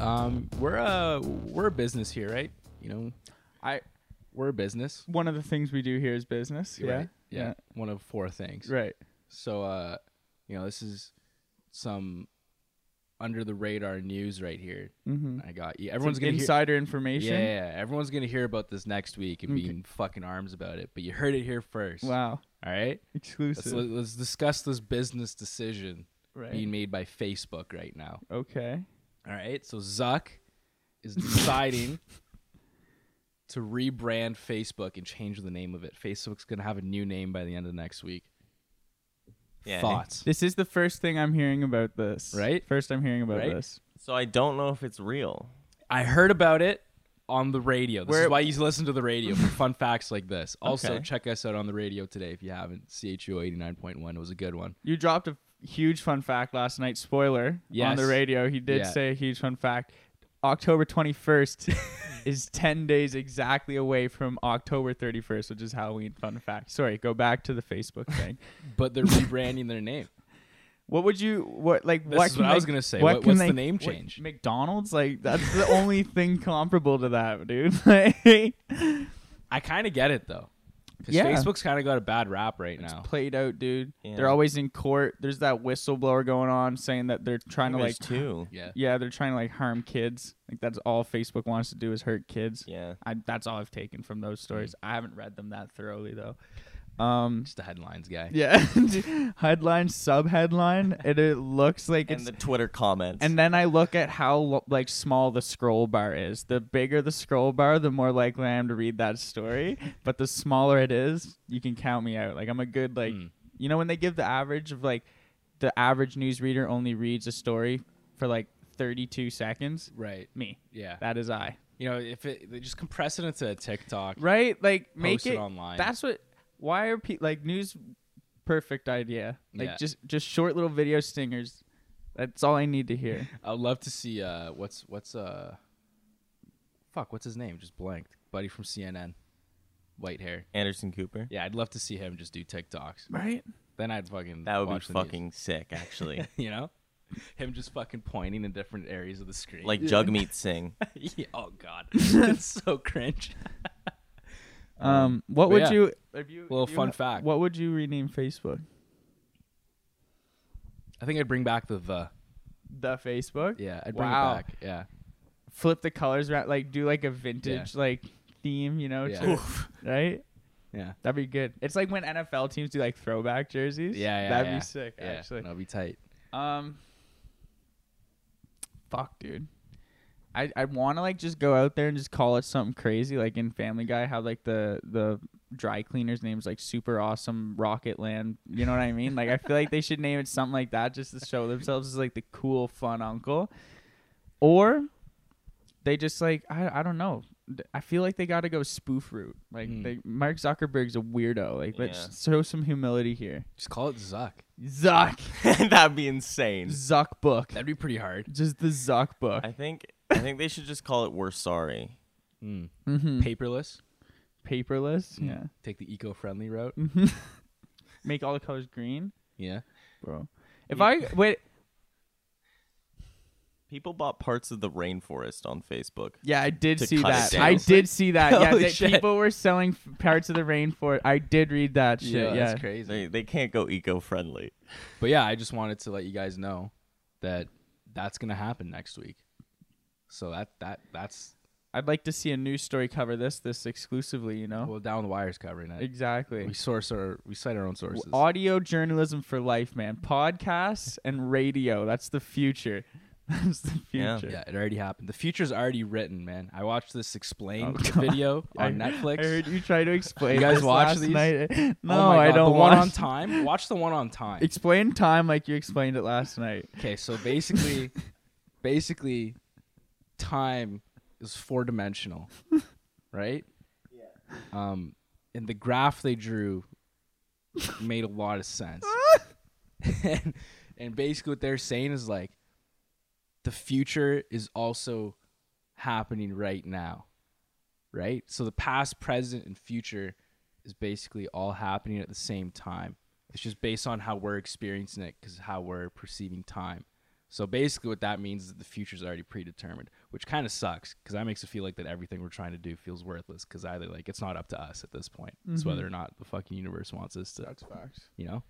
Um, we're a we're a business here, right? You know, I we're a business. one of the things we do here is business. Yeah. right? yeah, One of four things. Yeah. Right. So, uh, you know, this is some under the radar news right here. Mm-hmm. I got you. Everyone's gonna hear, insider information. yeah, yeah, yeah. everyone's gonna hear about this next week and Okay. be in fucking arms about it. But you heard it here first. Wow. All right. Let's, Exclusive. let- let's discuss this business decision right. being made by Facebook right now. okay. All right. So Zuck is deciding to rebrand Facebook and change the name of it. Facebook's going to have a new name by the end of next week. Yeah. Thoughts. This is the first thing I'm hearing about this. Right? First I'm hearing about Right? this. So I don't know if it's real. I heard about it on the radio. This is Where- why you listen to the radio for fun facts like this. Also, Okay. check us out on the radio today if you haven't. CHUO 89.1. It was a good one. You dropped a huge fun fact last night. Spoiler on Yes. the radio. He did Yeah. say a huge fun fact. October 21st is 10 days exactly away from October 31st, which is Halloween. Fun fact. Sorry, go back to the Facebook thing. But they're rebranding their name. What would you what like? This what is can what I was they- gonna say. What- can what's the they- name what- change? McDonald's. Like that's the only thing comparable to that, dude. Like, I kind of get it, though. Because Yeah. Facebook's kind of got a bad rap right it's now. played out, dude. Yeah. They're always in court. There's that whistleblower going on saying that they're trying to There's like two. yeah. yeah, they're trying to like harm kids. Like that's all Facebook wants to do is hurt kids. Yeah. I, that's all I've taken from Hmm. those stories. I haven't read them that thoroughly though. Um, Just a headlines guy. yeah, headline, sub headline, and it looks like And it's the Twitter comments. and then I look at how lo- like small the scroll bar is. The bigger the scroll bar, the more likely I am to read that story. but the smaller it is, you can count me out. Like I'm a good like Mm. you know when they give the average of like the average newsreader only reads a story for like 32 seconds. Right. Me, Yeah. that is I. You know, if it they just compress it into a TikTok, Right? Like make Post it it, online. That's what. Why are people like news? Perfect idea. Like Yeah. just just short little video stingers. That's all I need to hear. I'd love to see uh, what's what's uh, fuck, what's his name? Just blanked. Buddy from CNN, white hair. Anderson Cooper. Yeah, I'd love to see him just do TikToks. right? Then I'd fucking That would be watch the news. fucking sick, actually. you know, him just fucking pointing in different areas of the screen. like Jugmeet Singh. Yeah, oh god, it's so cringe. Um, what but would yeah. you? If you Little if you fun ha- fact. What would you rename Facebook? I think I'd bring back the the. The Facebook. Yeah, I'd bring Wow. it back. Yeah, Flip the colors around. Like do like a vintage like theme. You know. Yeah. sort of- Right. yeah, That'd be good. It's like when NFL teams do like throwback jerseys. yeah, yeah. That'd yeah. be sick. Yeah, Actually. that'd be tight. Um. Fuck, dude. I I want to like just go out there and just call it something crazy, like in Family Guy, how like the the dry cleaner's name's like super awesome Rocket Land. You know what I mean? Like I feel like they should name it something like that just to show themselves as like the cool, fun uncle. Or they just like I I don't know. D- I feel like they got to go spoof route. Like Hmm. they, Mark Zuckerberg's a weirdo. Like Yeah. let's show some humility here. Just call it Zuck. Zuck, That'd be insane. Zuck book. That'd be pretty hard. Just the Zuck book. I think I think they should just call it We're Sorry. Mm. Mm-hmm. Paperless. Paperless. Mm. Yeah. Take the eco-friendly route. Make all the colors green, Yeah. bro. If Yeah. I wait, People bought parts of the rainforest on Facebook. yeah, I did To see cut it that. down. I did see that. Yeah, Holy that shit. people were selling f- parts of the rainforest. I did read that shit. Yeah, that's crazy. They they can't go eco friendly. But yeah, I just wanted to let you guys know that that's gonna happen next week. So that that that's I'd like to see a news story cover this this exclusively. You know, well down the wires covering it. Oh. exactly. We source our we cite our own sources. Audio journalism for life, man. Podcasts and radio. That's the future. That's the Yeah. future. yeah, it already happened. The future's already written, man. I watched this Oh, explained God. video on I- Netflix. I heard you try to explain. You guys this watch last these? Night. Oh No, my God, I the don't one watch on time. Watch the one on time. Explain time like you explained it last night. Okay, so basically, basically, time is four dimensional, right? Yeah. Um, and the graph they drew made a lot of sense. and, and basically, what they're saying is like, the future is also happening right now, right? So the past, present, and future is basically all happening at the same time. It's just based on how we're experiencing it because how we're perceiving time. So basically, what that means is that the future is already predetermined, which kind of sucks because that makes it feel like that everything we're trying to do feels worthless because either like it's not up to us at this point. It's whether or not the fucking universe wants us to, That's facts. you know.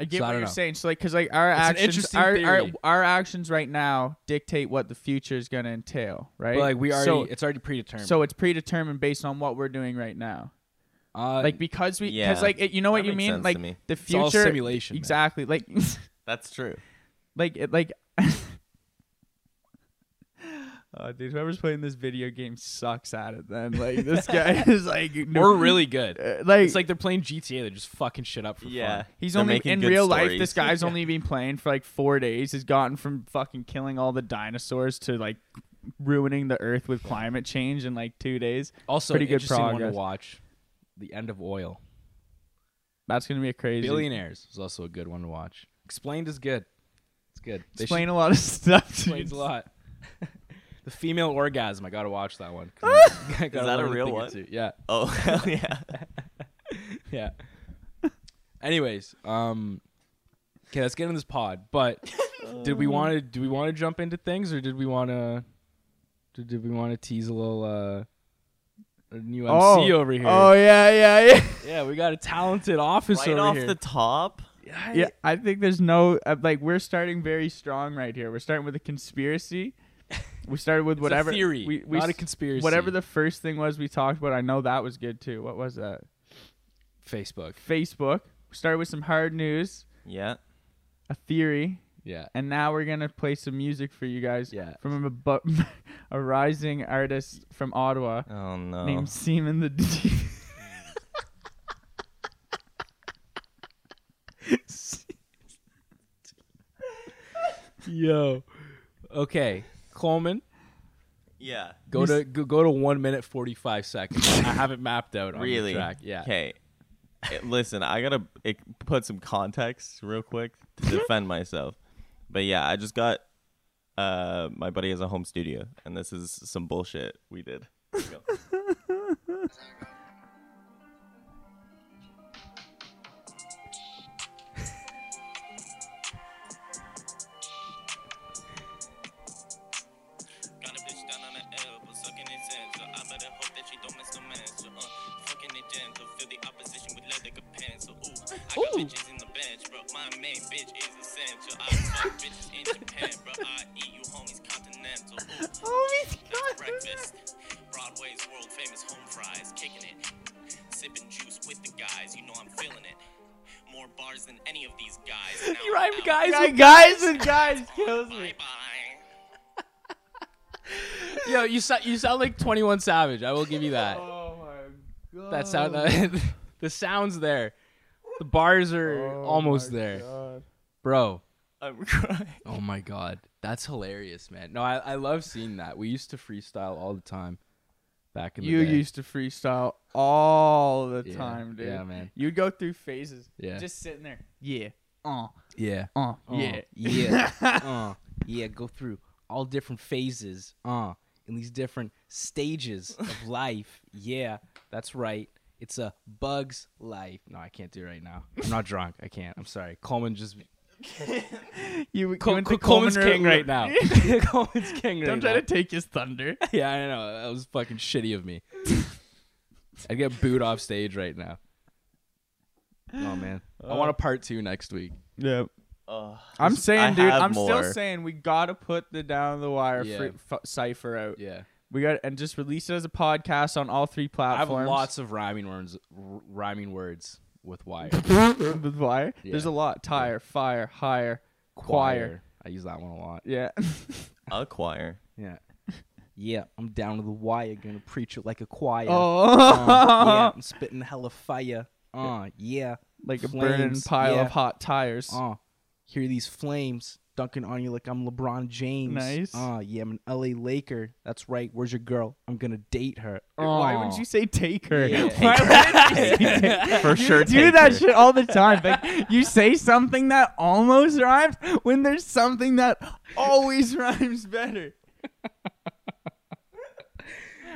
I get So I what don't you're know. saying. So like, because like our It's an actions, interesting our, our theory. our actions right now dictate what the future is going to entail, right? But like we already, So, it's already predetermined. so it's predetermined based on what we're doing right now. uh, Like because we, because yeah. like it, you know what That you makes mean. sense Like to me. the It's all future simulation, man. Exactly. Like, That's true. like it, like. Oh, dude, whoever's playing this video game sucks at it. Then, like, this guy is like, we're really good. uh, like, It's like they're playing GTA. They're just fucking shit up for Yeah. fun. He's They're only making in good real life. stories. This guy's only been playing for like four days. Has gotten from fucking killing all the dinosaurs to like ruining the earth with climate change in like two days. Also, Pretty pretty good good interesting one to progress. watch. The End of Oil. That's gonna be a crazy. Billionaires is also a good one to watch. Explained is good. It's good. They should- Explain a lot of stuff. dude. explains a lot. the female orgasm. I gotta watch that one. 'cause I gotta Is that a learn real thing or one? two. Yeah, Oh hell yeah. yeah. Anyways, um, okay, let's get into this pod. But did we want to? Do we want to jump into things, or did we want to? Did, did we want to tease a little? uh a new MC Oh. over here. Oh yeah, yeah, yeah. Yeah, we got a talented office Right over off here. the top. yeah, yeah, I think there's no uh, like we're starting very strong right here. We're starting with a conspiracy. We started with It's a whatever theory, we, we not a s- conspiracy. Whatever the first thing was we talked about, I know that was good too. What was that? Facebook. Facebook. We started with some hard news, Yeah. a theory, Yeah, and now we're gonna play some music for you guys. Yeah. From a bu- a rising artist from Ottawa Oh no. named Seaman the D. yo. Okay, Coleman. Yeah. Go to go, go to one minute forty five seconds. I have it mapped out on Really? the track. Yeah. Okay. Listen, I gotta eh, put some context real quick to defend myself. But yeah, I just got. Uh, my buddy has a home studio, and this is some bullshit we did. Go. Got a bitch down on the L, but sucking his end. So I better hope that she don't mess no man. So uh, fucking it jam. So feel the opposition with leather good pants. So ooh, I got bitches in the bench, bro. My main bitch is a cent. So I fuck bitches in Japan, bro. I eat you homies continental. Ooh, that's breakfast. Broadway's world famous home fries, kicking it. Sipping juice with the guys, you know I'm feeling it. More bars than any of these guys. Now You I'm rhyme out. guys Guy- with guys and guys kills me. Bye bye. Yo, you sound you sound like Twenty One Savage. I will give you that. Oh my god. That sound uh, Oh. that, the sounds there. The bars are Oh almost there, bro. I'm crying. Oh my god, that's hilarious, man. No, I, I love seeing that. We used to freestyle all the time back in the You day. used to freestyle all the Yeah, time, dude. yeah, man. You'd go through phases. Yeah. Oh. Just sitting there. Yeah. Uh. yeah, Uh. yeah, Yeah. yeah, uh, yeah. Go through all different phases, uh, in these different stages of life. Yeah, that's right. It's a bug's life. No, I can't do it right now. I'm not drunk. I can't. I'm sorry. Coleman just You, you Col- went to Col- Coleman's Coleman- king right now. Coleman's king right Don't now. try to take his thunder. yeah, I know. That was fucking shitty of me. I'd get booed off stage right now. Oh man, I want a part two next week. Yeah. Ugh. I'm I saying, dude. have I'm more. still saying we gotta put the down the wire Yeah. free, f- cipher out. Yeah, We got and just release it as a podcast on all three I have platforms. lots of rhyming words, r- rhyming words with wire. with wire. Yeah. There's a lot. Tire, fire, hire, choir. I use that one a lot. Yeah. a choir. Yeah. Yeah, I'm down to the wire. Gonna preach it like a choir. Uh, yeah, oh. I'm spitting hella fire. Uh, yeah. Like a Flames, burning pile yeah. of hot tires. Uh, hear these flames. dunking on you like I'm LeBron James. Nice. Ah, yeah, I'm an LA Laker. That's right. Where's your girl? I'm gonna date her. Why Aw. would you say take her? Yeah. Why would you say take her? For sure, You do take that her. shit all the time. Like you say something that almost rhymes when there's something that always rhymes better.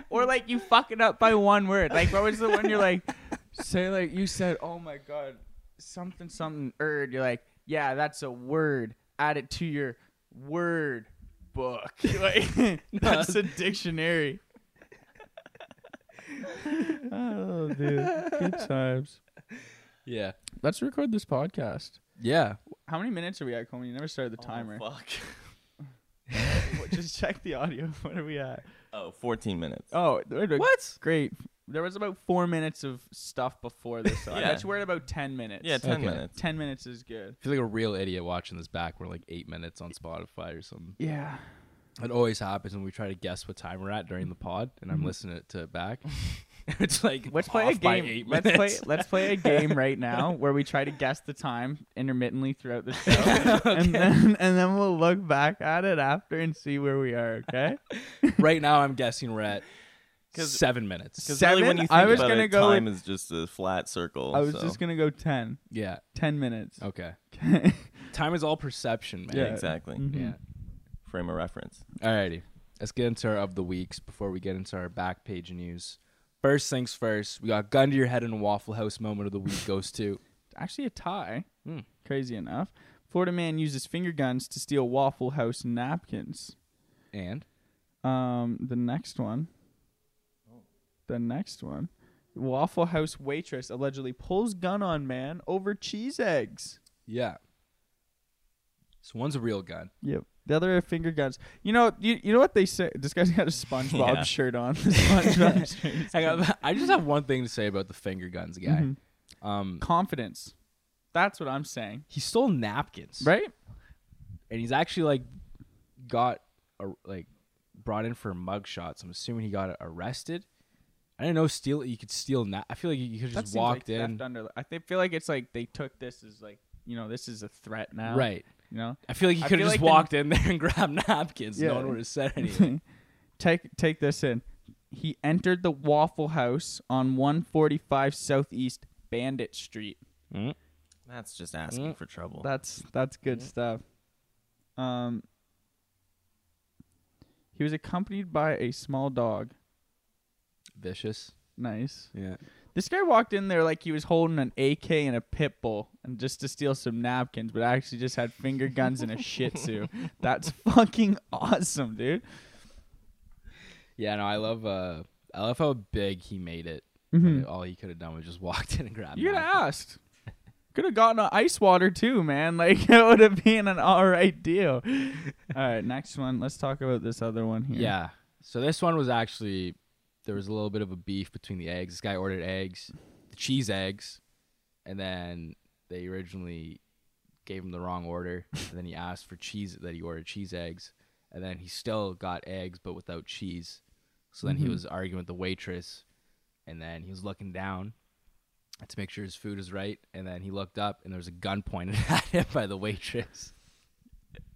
or like you fuck it up by one word. Like what was the one you're like, say like you said, oh my god, something something erd. You're like, yeah, that's a word. Add it to your word book. You're like that's a dictionary. oh, dude, good times. Yeah. Let's record this podcast. Yeah. How many minutes are we at, Coleman? You never started the timer. Oh, fuck. What- Just check the audio. What are we at? Oh, 14 minutes. Oh, What? Great. There was about four minutes of stuff before this, so I Yeah. bet you we're at about ten minutes. yeah, 10 okay. minutes. ten minutes is good. I feel like a real idiot watching this back. We're like eight minutes on Spotify or something. Yeah. It always happens when we try to guess what time we're at during the pod, and I'm listening to it back. it's like Mm-hmm. Let's play a off by game. eight Let's play. minutes. Let's play a game right now where we try to guess the time intermittently throughout the show, and then and then we'll look back at it after and see where we are. Okay. right now, I'm guessing we're at 'Cause- seven minutes. 'Cause really, Seven? when you think I was about gonna it, go time is just a flat circle. I was so. just gonna go ten. Yeah. Ten minutes. Okay. Okay. Time is all perception, man. Yeah, Yeah. exactly. Mhm. Yeah. Frame of reference. Alrighty. Let's get into our of the weeks before we get into our back page news. First things first, we got gun to your head in a Waffle House moment of the week goes to. actually a tie. Hmm. Crazy enough. Florida man uses finger guns to steal Waffle House napkins. And Um, the next one. The next one. Waffle House waitress allegedly pulls gun on man over cheese eggs. yeah. So one's a real gun. Yep. The other are finger guns. You know, you, you know what they say. This guy's got a SpongeBob Yeah. shirt on. The SpongeBob shirt. I, got, I just have one thing to say about the finger guns guy. Mhm. Um, Confidence. That's what I'm saying. he stole napkins, Right? And he's actually like got a, like brought in for mug shots. I'm assuming he got arrested. I didn't know steal you could steal. Na- I feel like you could That just seems like walked in, theft Under, I thi- feel like it's like they took this as like, you know, this is a threat now. right? You know? I feel like he I could feel have just like the- walked in there and grabbed napkins. Yeah. No one would have said anything. take take this in. He entered the Waffle House on 145 Southeast Bandit Street. That's just asking for trouble. That's that's good stuff. Um He was accompanied by a small dog. Vicious. Nice. Yeah. This guy walked in there like he was holding an AK and a pit bull and just to steal some napkins, but actually just had finger guns and a shih tzu. That's fucking awesome, dude. Yeah. No, I love. Uh, I love how big he made it. Mhm. All he could have done was just walked in and grabbed. You could napkins. have asked. Could have gotten an ice water too, man. Like it would have been an all right deal. All right, next one. Let's talk about this other one here. Yeah. So this one was actually there was a little bit of a beef between the eggs. This guy ordered eggs, the cheese eggs, and then they originally gave him the wrong order. and then he asked for cheese that he ordered cheese eggs, and then he still got eggs but without cheese. So then he was arguing with the waitress, and then he was looking down to make sure his food is right, and then he looked up and there was a gun pointed at him by the waitress.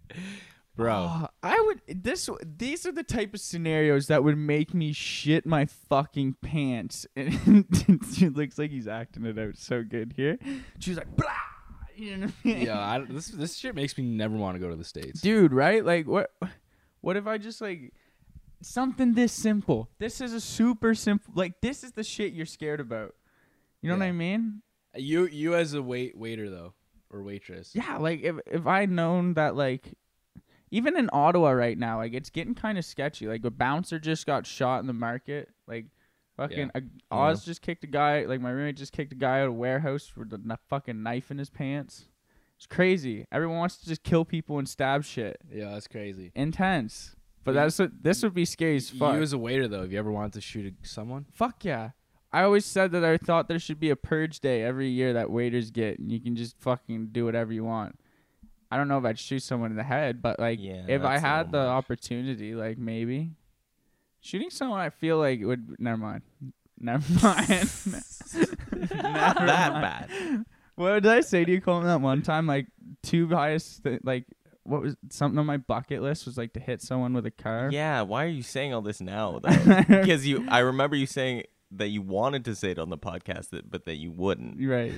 Bro, Oh, I would this these are the type of scenarios that would make me shit my fucking pants. And it looks like he's acting it out so good here. She's like blah. You know what I mean? yeah, I, don't- this this shit makes me never want to go to the states. dude right like what what if i just like something this simple this is a super simple like this is the shit you're scared about you know what Yeah. i mean You you as a wait waiter though or waitress. yeah like if if i known that like even in ottawa right now like it's getting kind of sketchy like a bouncer just got shot in the market like fucking a, oz just kicked a guy like my roommate just kicked a guy out of a warehouse with a kn- fucking knife in his pants it's crazy everyone wants to just kill people and stab shit Yeah, that's crazy. intense. But Yeah. that's what, this would be scary as fuck. You as a waiter though, have you ever wanted to shoot a, someone? fuck yeah. I always said that I thought there should be a purge day every year that waiters get, and you can just fucking do whatever you want. I don't know if I'd shoot someone in the head, but like Yeah, if I that's a had the little much. opportunity, like maybe shooting someone, I feel like it would. Never mind. Never mind. Not Never that mind. bad. What did I say to you, Colin, that one time? Like two highest, th- like what was something on my bucket list was like to hit someone with a car. Yeah, why are you saying all this now? though? Because you, I remember you saying that you wanted to say it on the podcast, that, but that you wouldn't. You're right.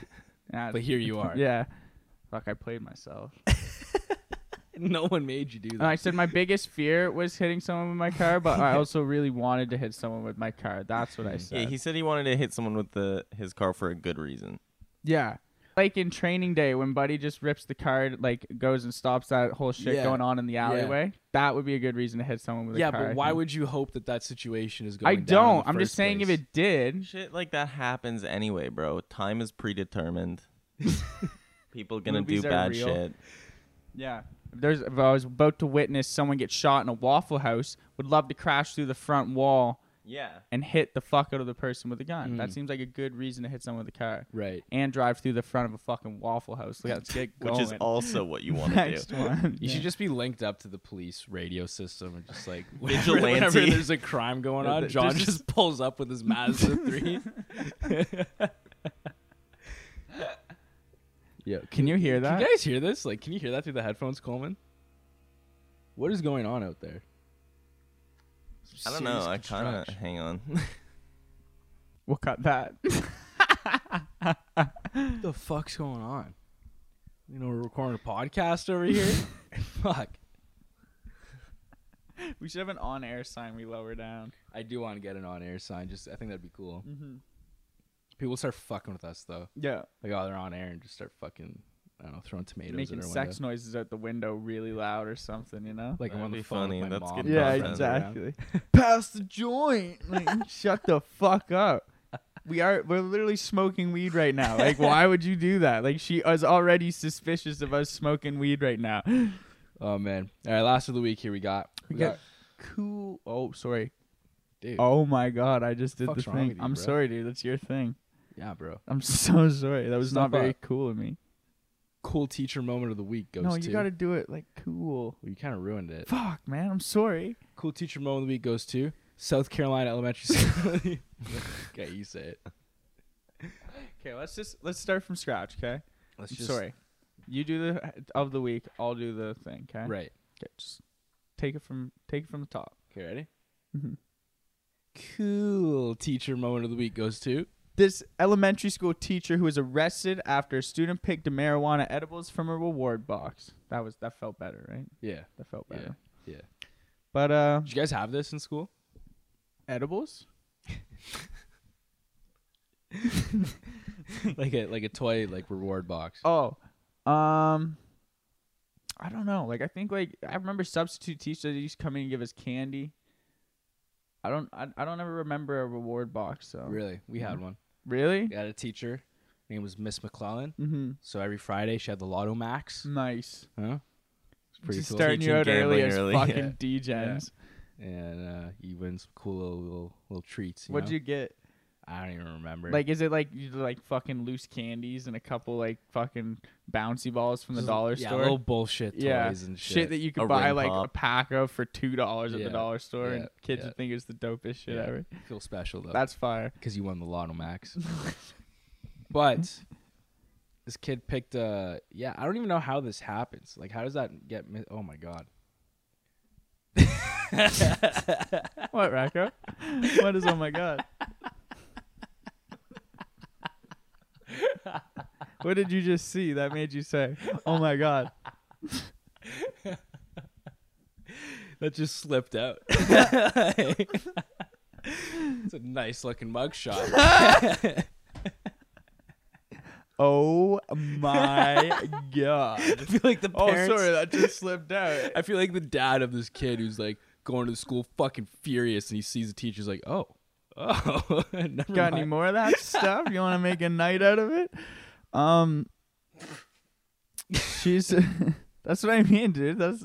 Yeah, But here you are. Yeah. Fuck, I played myself. No one made you do And that. I said my biggest fear was hitting someone with my car, but I also really wanted to hit someone with my car. That's what I said. Yeah, he said he wanted to hit someone with the his car for a good reason. Yeah. Like in training day when Buddy just rips the card, like goes and stops that whole shit Yeah. going on in the alleyway. That would be a good reason to hit someone with yeah, a car. but I why think. would you hope that that situation is going? I down in the don't. I'm just first saying if place? it did. Shit like that happens anyway, bro. Time is predetermined. People gonna Movies do are bad real. shit. Yeah. If there's if I was about to witness someone get shot in a Waffle House, would love to crash through the front wall Yeah. and hit the fuck out of the person with a gun. That Mm. seems like a good reason to hit someone with a car. right. And drive through the front of a fucking Waffle House. Let's get Which going. is also what you want to Next do. one. You Yeah. should just be linked up to the police radio system and just like whenever, Vigilante. whenever there's a crime going Yeah, on, th- John there's just pulls up with his Mazda three. yeah, Can you hear Can that? you guys hear this? Like, can you hear that through the headphones, Coleman? What is going on out there? I Some don't know. serious I kind of construction. hang on. We'll cut that. What the fuck's going on? You know, we're recording a podcast over here. Fuck. We should have an on-air sign we lower down. I do want to get an on-air sign. Just, I think that'd be cool. Mm-hmm. People start fucking with us though. Yeah, Like, oh, they're on air and just start fucking, I don't know, throwing tomatoes making at our sex window. noises out the window really loud or something, you know? Like, I'm That'd on the be phone with funny. my That's mom. good Yeah, content. exactly. Pass the joint. Like, shut the fuck up. We are we're literally smoking weed right now. Like, why would you do that? Like, she is already suspicious of us smoking weed right now. We, Oh man. All right, last of the week here we got. got cool. Oh, sorry. dude. Oh my god, I just did Fuck's the wrong thing. with you, I'm bro? sorry, dude. That's your thing. Yeah, bro. I'm so sorry. That was Step not very up. cool of me. Cool teacher moment of the week goes no, to. you got to do it like cool. Well, you kind of ruined it. Fuck, man. I'm sorry. Cool teacher moment of the week goes to South Carolina Elementary School. okay, you say it. Okay, let's just let's start from scratch. Okay, Let's I'm just sorry. You do the of the week. I'll do the thing. Okay. Right. Okay, just take it from take it from the top. Okay, ready? Mhm. Cool teacher moment of the week goes to. This elementary school teacher who was arrested after a student picked the marijuana edibles from a reward box. That was that felt better, right? Yeah. That felt Yeah, better. yeah. But uh, Did you guys have this in school? edibles? like a like a toy like reward box. Oh, um, I don't know. Like I think like I remember substitute teachers used to come in and give us candy. I don't I, I don't ever remember a reward box. So Really? We Mm-hmm. had one. really, We had a teacher. Her name was Miss McClellan. mm-hmm. So every Friday she had the Lotto Max. nice. Huh? It's pretty Mm. Just cool. starting you Teaching out early gambling as early, fucking yeah. degens. and uh, you win some cool little little, little treats. You What'd know? you get? I don't even remember. Like, is it like you like fucking loose candies and a couple like fucking bouncy balls from the dollar yeah, store? little bullshit toys yeah, and shit. that you could A buy ring like a pop. pack of for two dollars at Yeah, the dollar store, yeah, and kids yeah. would think it's the dopest shit Yeah. ever. feel special though, That's fire. because you won the Lotto Max. but this kid picked. Uh, yeah, I don't even know how this happens. Like, how does that get? Mi- oh my god. What, Racco? what is oh my god? what did you just see that made you say, oh my god? That just slipped out. it's a nice looking mugshot. Oh my I god. feel like the Oh, parents. sorry, that just slipped out. I feel like the dad of this kid who's like going to the school fucking furious and he sees the teacher's like, oh, oh, never Got any mind. more of that stuff? You want to make a night out of it? Um, she's. that's what I mean, dude. That's.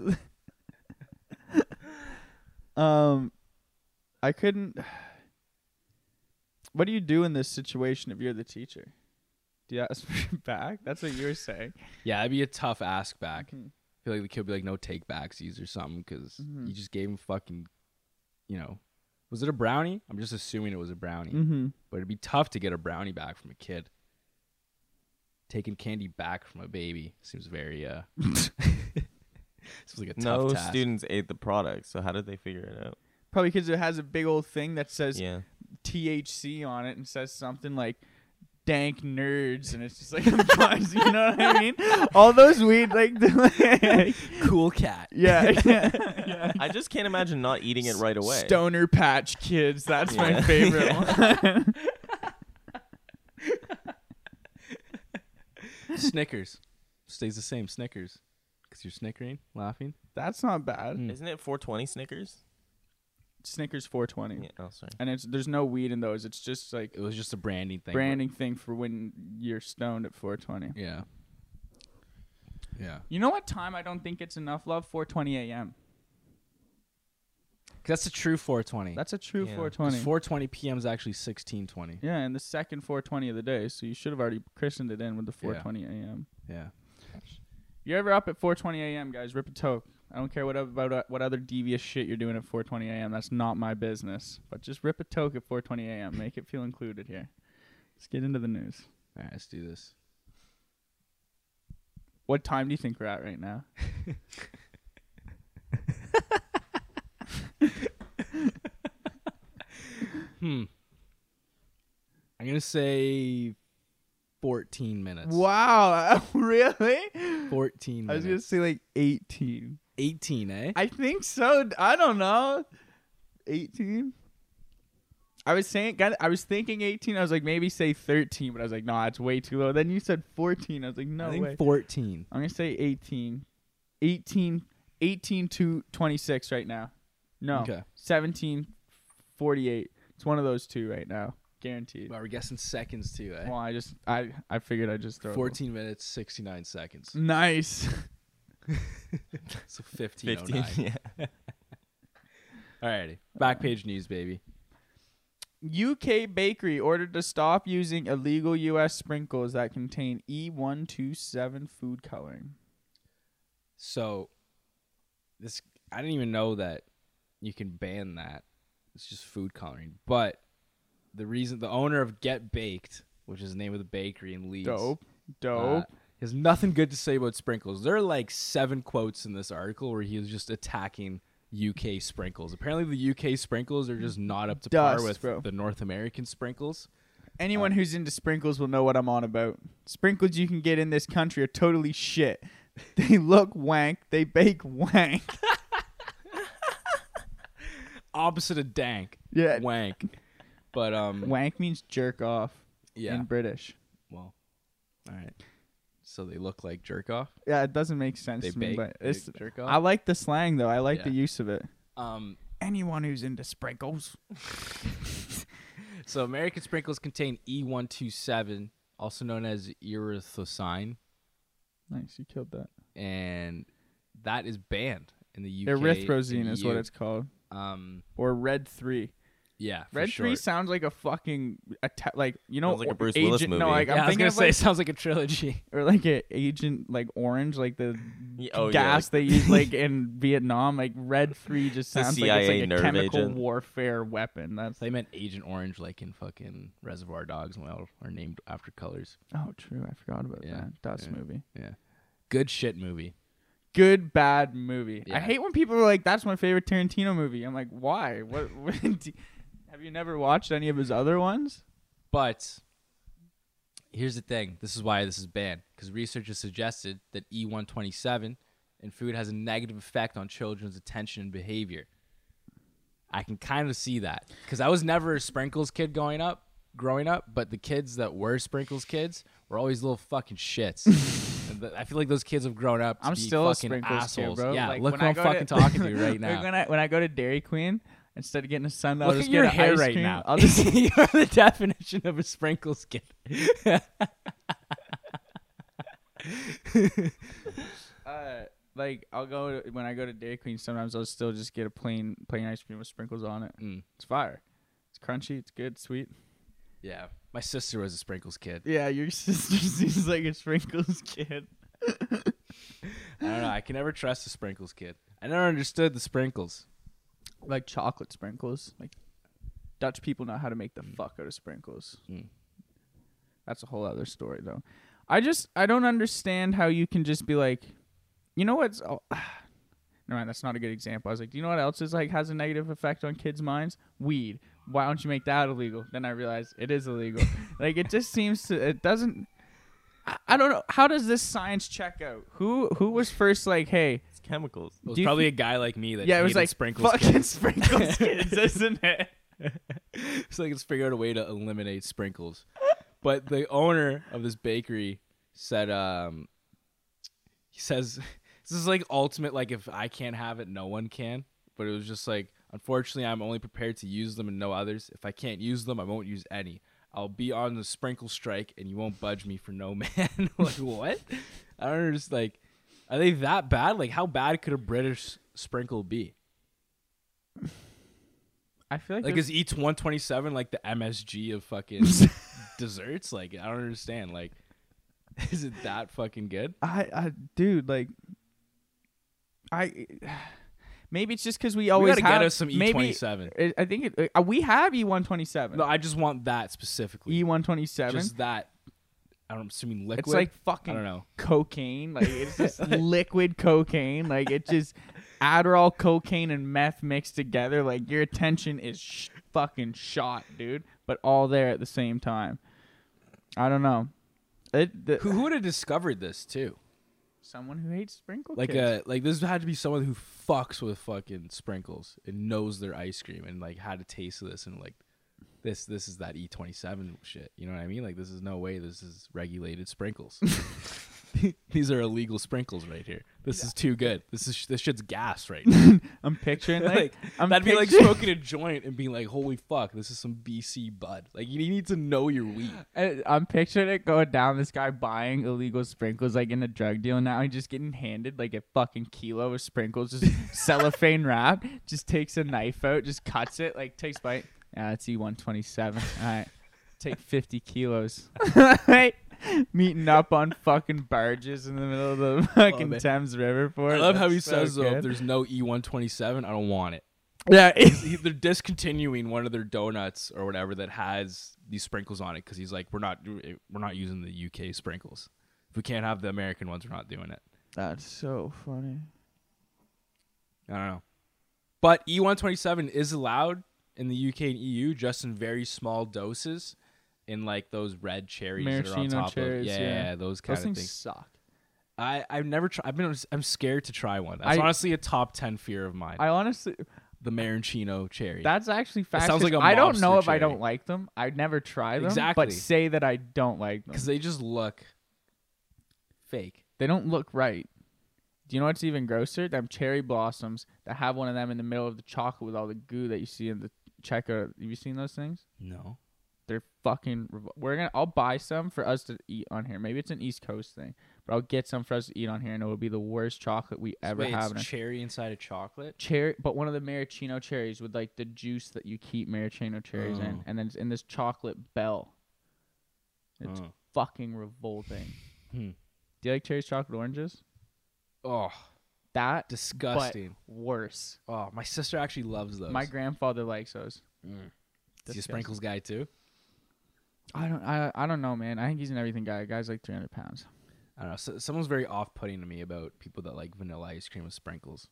um, I couldn't. What do you do in this situation if you're the teacher? Do you ask for it back? That's what you were saying. Yeah, that'd be a tough ask back. Mhm. I feel like the kid would be like, no take backsies or something because Mhm. you just gave him fucking, you know, was it a brownie? I'm just assuming it was a brownie, Mm-hmm. but it'd be tough to get a brownie back from a kid. Taking candy back from a baby seems very uh This was like a tough No task. students ate the product, so how did they figure it out? Probably because it has a big old thing that says Yeah. THC on it and says something like dank nerds and it's just like a buzz, you know what I mean? All those weed like, the- Cool cat. yeah, yeah, yeah. I just can't imagine not eating it right away. Stoner patch kids, that's my Yeah. favorite one. Snickers stays the same. Snickers, because you're snickering, laughing. that's not bad. Mm. Isn't it 420 Snickers? Snickers 420. Yeah. Oh, sorry. And it's there's no weed in those. It's just like It was just a branding thing. but- branding thing for when you're stoned at 420. Yeah. Yeah. You know what time I don't think it's enough love? 4:20 a.m. 'Cause that's a true 420. That's a true Yeah. 4:20. 'Cause 420 p.m. is actually 1620. yeah, and the second 4:20 of the day, so you should have already christened it in with the 4:20 a.m. Yeah. You're ever up at 4:20 a.m., guys? Rip a toke. I don't care what o- about uh, what other devious shit you're doing at 4:20 a.m. That's not my business. But just rip a toke at 4:20 a.m. Make it feel included here. Let's get into the news. All right, let's do this. What time do you think we're at right now? Hmm. I'm gonna say 14 minutes. Wow, really? 14 I minutes. was gonna say like 18. 18, eh? I think so. I don't know. 18. I was saying, kind of- I was thinking 18. I was like, maybe say 13, but I was like, nah, it's way too low. Then you said 14. I was like, no I think way. 14. I'm gonna say 18. 18, 18 to 26 right now. No, Okay. 17, 48. It's one of those two right now, guaranteed. Well, we're guessing seconds too, eh? Well, I just, I, I figured I just throw. it. 14 minutes, 69 seconds. Nice. so oh 15. 15. Yeah. Alrighty. Back page news, baby. UK bakery ordered to stop using illegal US sprinkles that contain E E127 food coloring. So this I didn't even know that you can ban that. It's just food coloring. But the reason the owner of Get Baked, which is the name of the bakery in Leeds, Dope. uh, Dope. has nothing good to say about sprinkles. There are like seven quotes in this article where he was just attacking UK sprinkles. Apparently, the UK sprinkles are just not up to Dust, par with bro. the North American sprinkles. Anyone who's into sprinkles will know what I'm on about. Sprinkles you can get in this country are totally shit. They look wank. They bake wank. Opposite of dank, Yeah. wank. But um, Wank means jerk off yeah. in British. well, all right. So they look like jerk off. Yeah, it doesn't make sense They to me, bake. but they it's, jerk I off. like the slang though. I like the Yeah. use of it. Um, Anyone who's into sprinkles. So American sprinkles contain E E127, also known as erythrocine, Nice, you killed that. and that is banned in the UK. Erythrosine and E is what EU. it's called, Um, or red three. yeah, for Red Three short. sounds like a fucking atta- like you know Sounds like a or- Bruce Willis agent- No, movie. like Yeah, I'm I was thinking gonna of say like, it sounds like a trilogy. or like an agent like orange like the Yeah, oh, yeah, gas like- they use like in Vietnam. Like Red Three just The sounds like it's CIA like a nerve chemical agent. warfare weapon. That's They meant Agent Orange, like in fucking Reservoir Dogs, and well, are named after colors. oh true. I forgot about Yeah, that. Dust yeah. movie. Good shit movie. Good bad movie. I Yeah. hate when people are like, "That's my favorite Tarantino movie." I'm like, why? What? what do you- have you never watched any of his other ones? But here's the thing: this is why this is banned because research has suggested that E127 in food has a negative effect on children's attention and behavior. I can kind of see that because I was never a sprinkles kid going up, growing up, but the kids that were sprinkles kids were always little fucking shits. And th- I feel like those kids have grown up. To I'm be still a fucking sprinkles kid, assholes. bro. Yeah, Like, look when who I I'm go to- fucking talking to you right Like, now. when I when I go to Dairy Queen, instead of getting a sundae, I'll Look just at get your an hair ice right cream. now. I'll just You're the definition of a sprinkles kid. uh, like I'll go to, when I go to Dairy Queen. Sometimes I'll still just get a plain plain ice cream with sprinkles on it. Mm. It's fire. It's crunchy. It's good. Sweet. Yeah, my sister was a sprinkles kid. Yeah, your sister seems like a sprinkles kid. I don't know. I can never trust the sprinkles kid. I never understood the sprinkles. Like chocolate sprinkles. Like Dutch people know how to make the fuck out of sprinkles. Mm. That's a whole other story though. I just I don't understand how you can just be like, you know what's oh, never mind, that's not a good example. I was like, do you know what else is like has a negative effect on kids' minds? Weed. Why don't you make that illegal? Then I realized it is illegal. like it just seems to it doesn't. I, I don't know. How does this science check out? Who who was first? Like, hey, It's chemicals. It was Do you probably a guy like me that yeah, it was hated like sprinkles. fucking sprinkles kids, isn't it? it's like let's figure out a way to eliminate sprinkles. But the owner of this bakery said, um, he says, this is like ultimate, like if I can't have it, no one can. But it was just like, unfortunately, I'm only prepared to use them and no others. If I can't use them, I won't use any. I'll be on the sprinkle strike and you won't budge me for no man. like, what? I don't know, just like, are they that bad? Like, how bad could a British sprinkle be? I feel like, Like there's- is each 127 like the MSG of fucking desserts? Like I don't understand. Like is it that fucking good? I, I, dude, like, I. Maybe it's just because we always gotta get have us some maybe- E27. I- I think it, uh, we have E one twenty seven. No, I just want that specifically. E one twenty seven. Just that. I'm assuming liquid. It's like I don't fucking know. cocaine. Like it's just liquid cocaine. Like it's just Adderall, cocaine, and meth mixed together. Like your attention is sh- fucking shot, dude. But all there at the same time. I don't know. It, the, Who, who would have discovered this too? someone who hates sprinkle Like uh kids. like this had to be someone who fucks with fucking sprinkles and knows their ice cream and like had a taste of this and like this this is that E27 shit. You know what I mean? Like this is no way this is regulated sprinkles. These are illegal sprinkles right here. This is too good. This is this shit's gas right now. I'm picturing like, like I'm that'd be like picturing- smoking a joint and being like, "Holy fuck, this is some BC bud." Like you need to know your weed. I- I'm picturing it going down. This guy buying illegal sprinkles like in a drug deal. Now he's just getting handed like a fucking kilo of sprinkles, just cellophane wrap. Just takes a knife out, just cuts it, like takes bite. Yeah, it's E127. All right, take 50 kilos. right, meeting up on fucking barges in the middle of the fucking man. Thames River for I it. love how he That's so says uh, though, if good. "There's no E127. I don't want it." yeah, he- they're discontinuing one of their donuts or whatever that has these sprinkles on it because he's like, we're not eh, we're not using the UK sprinkles. If we can't have the American ones, we're not doing it. that's so funny. I don't know. But E127 is allowed in the UK and EU just in very small doses, in like those red cherries that are on Maraschino top cherries, of yeah, yeah. those kind Those of things things. suck. I I've never tried. I've been I'm scared to try one. That's I- honestly a top ten fear of mine. I honestly, the maraschino cherry. That's actually That fast. sounds like a I don't mobster know if cherry. I don't like them. I'd never try them. Exactly. But say that I don't like them. because they just look fake. They don't look right. Do you know what's even grosser? Them cherry blossoms that have one of them in the middle of the chocolate with all the goo that you see in the checkout. Have you seen those things? No. They're fucking. Revol- We're gonna. I'll buy some for us to eat on here. Maybe it's an East Coast thing, but I'll get some for us to eat on here, and it will be the worst chocolate we ever Wait, have. in it's our- cherry inside of chocolate. cherry, but one of the maraschino cherries with like the juice that you keep maraschino cherries in, Oh. and then it's in this chocolate bell. It's Oh. fucking revolting. Hmm. Do you like cherries, chocolate oranges? Oh, That disgusting. but worse. oh, my sister actually loves those. My grandfather likes those. Mm. Is he Disgusting. a sprinkles guy too? I don't. I, I don't know, man. I think he's an everything guy. Guy's like three hundred pounds. I don't know. So, someone's very off-putting to me about people that like vanilla ice cream with sprinkles.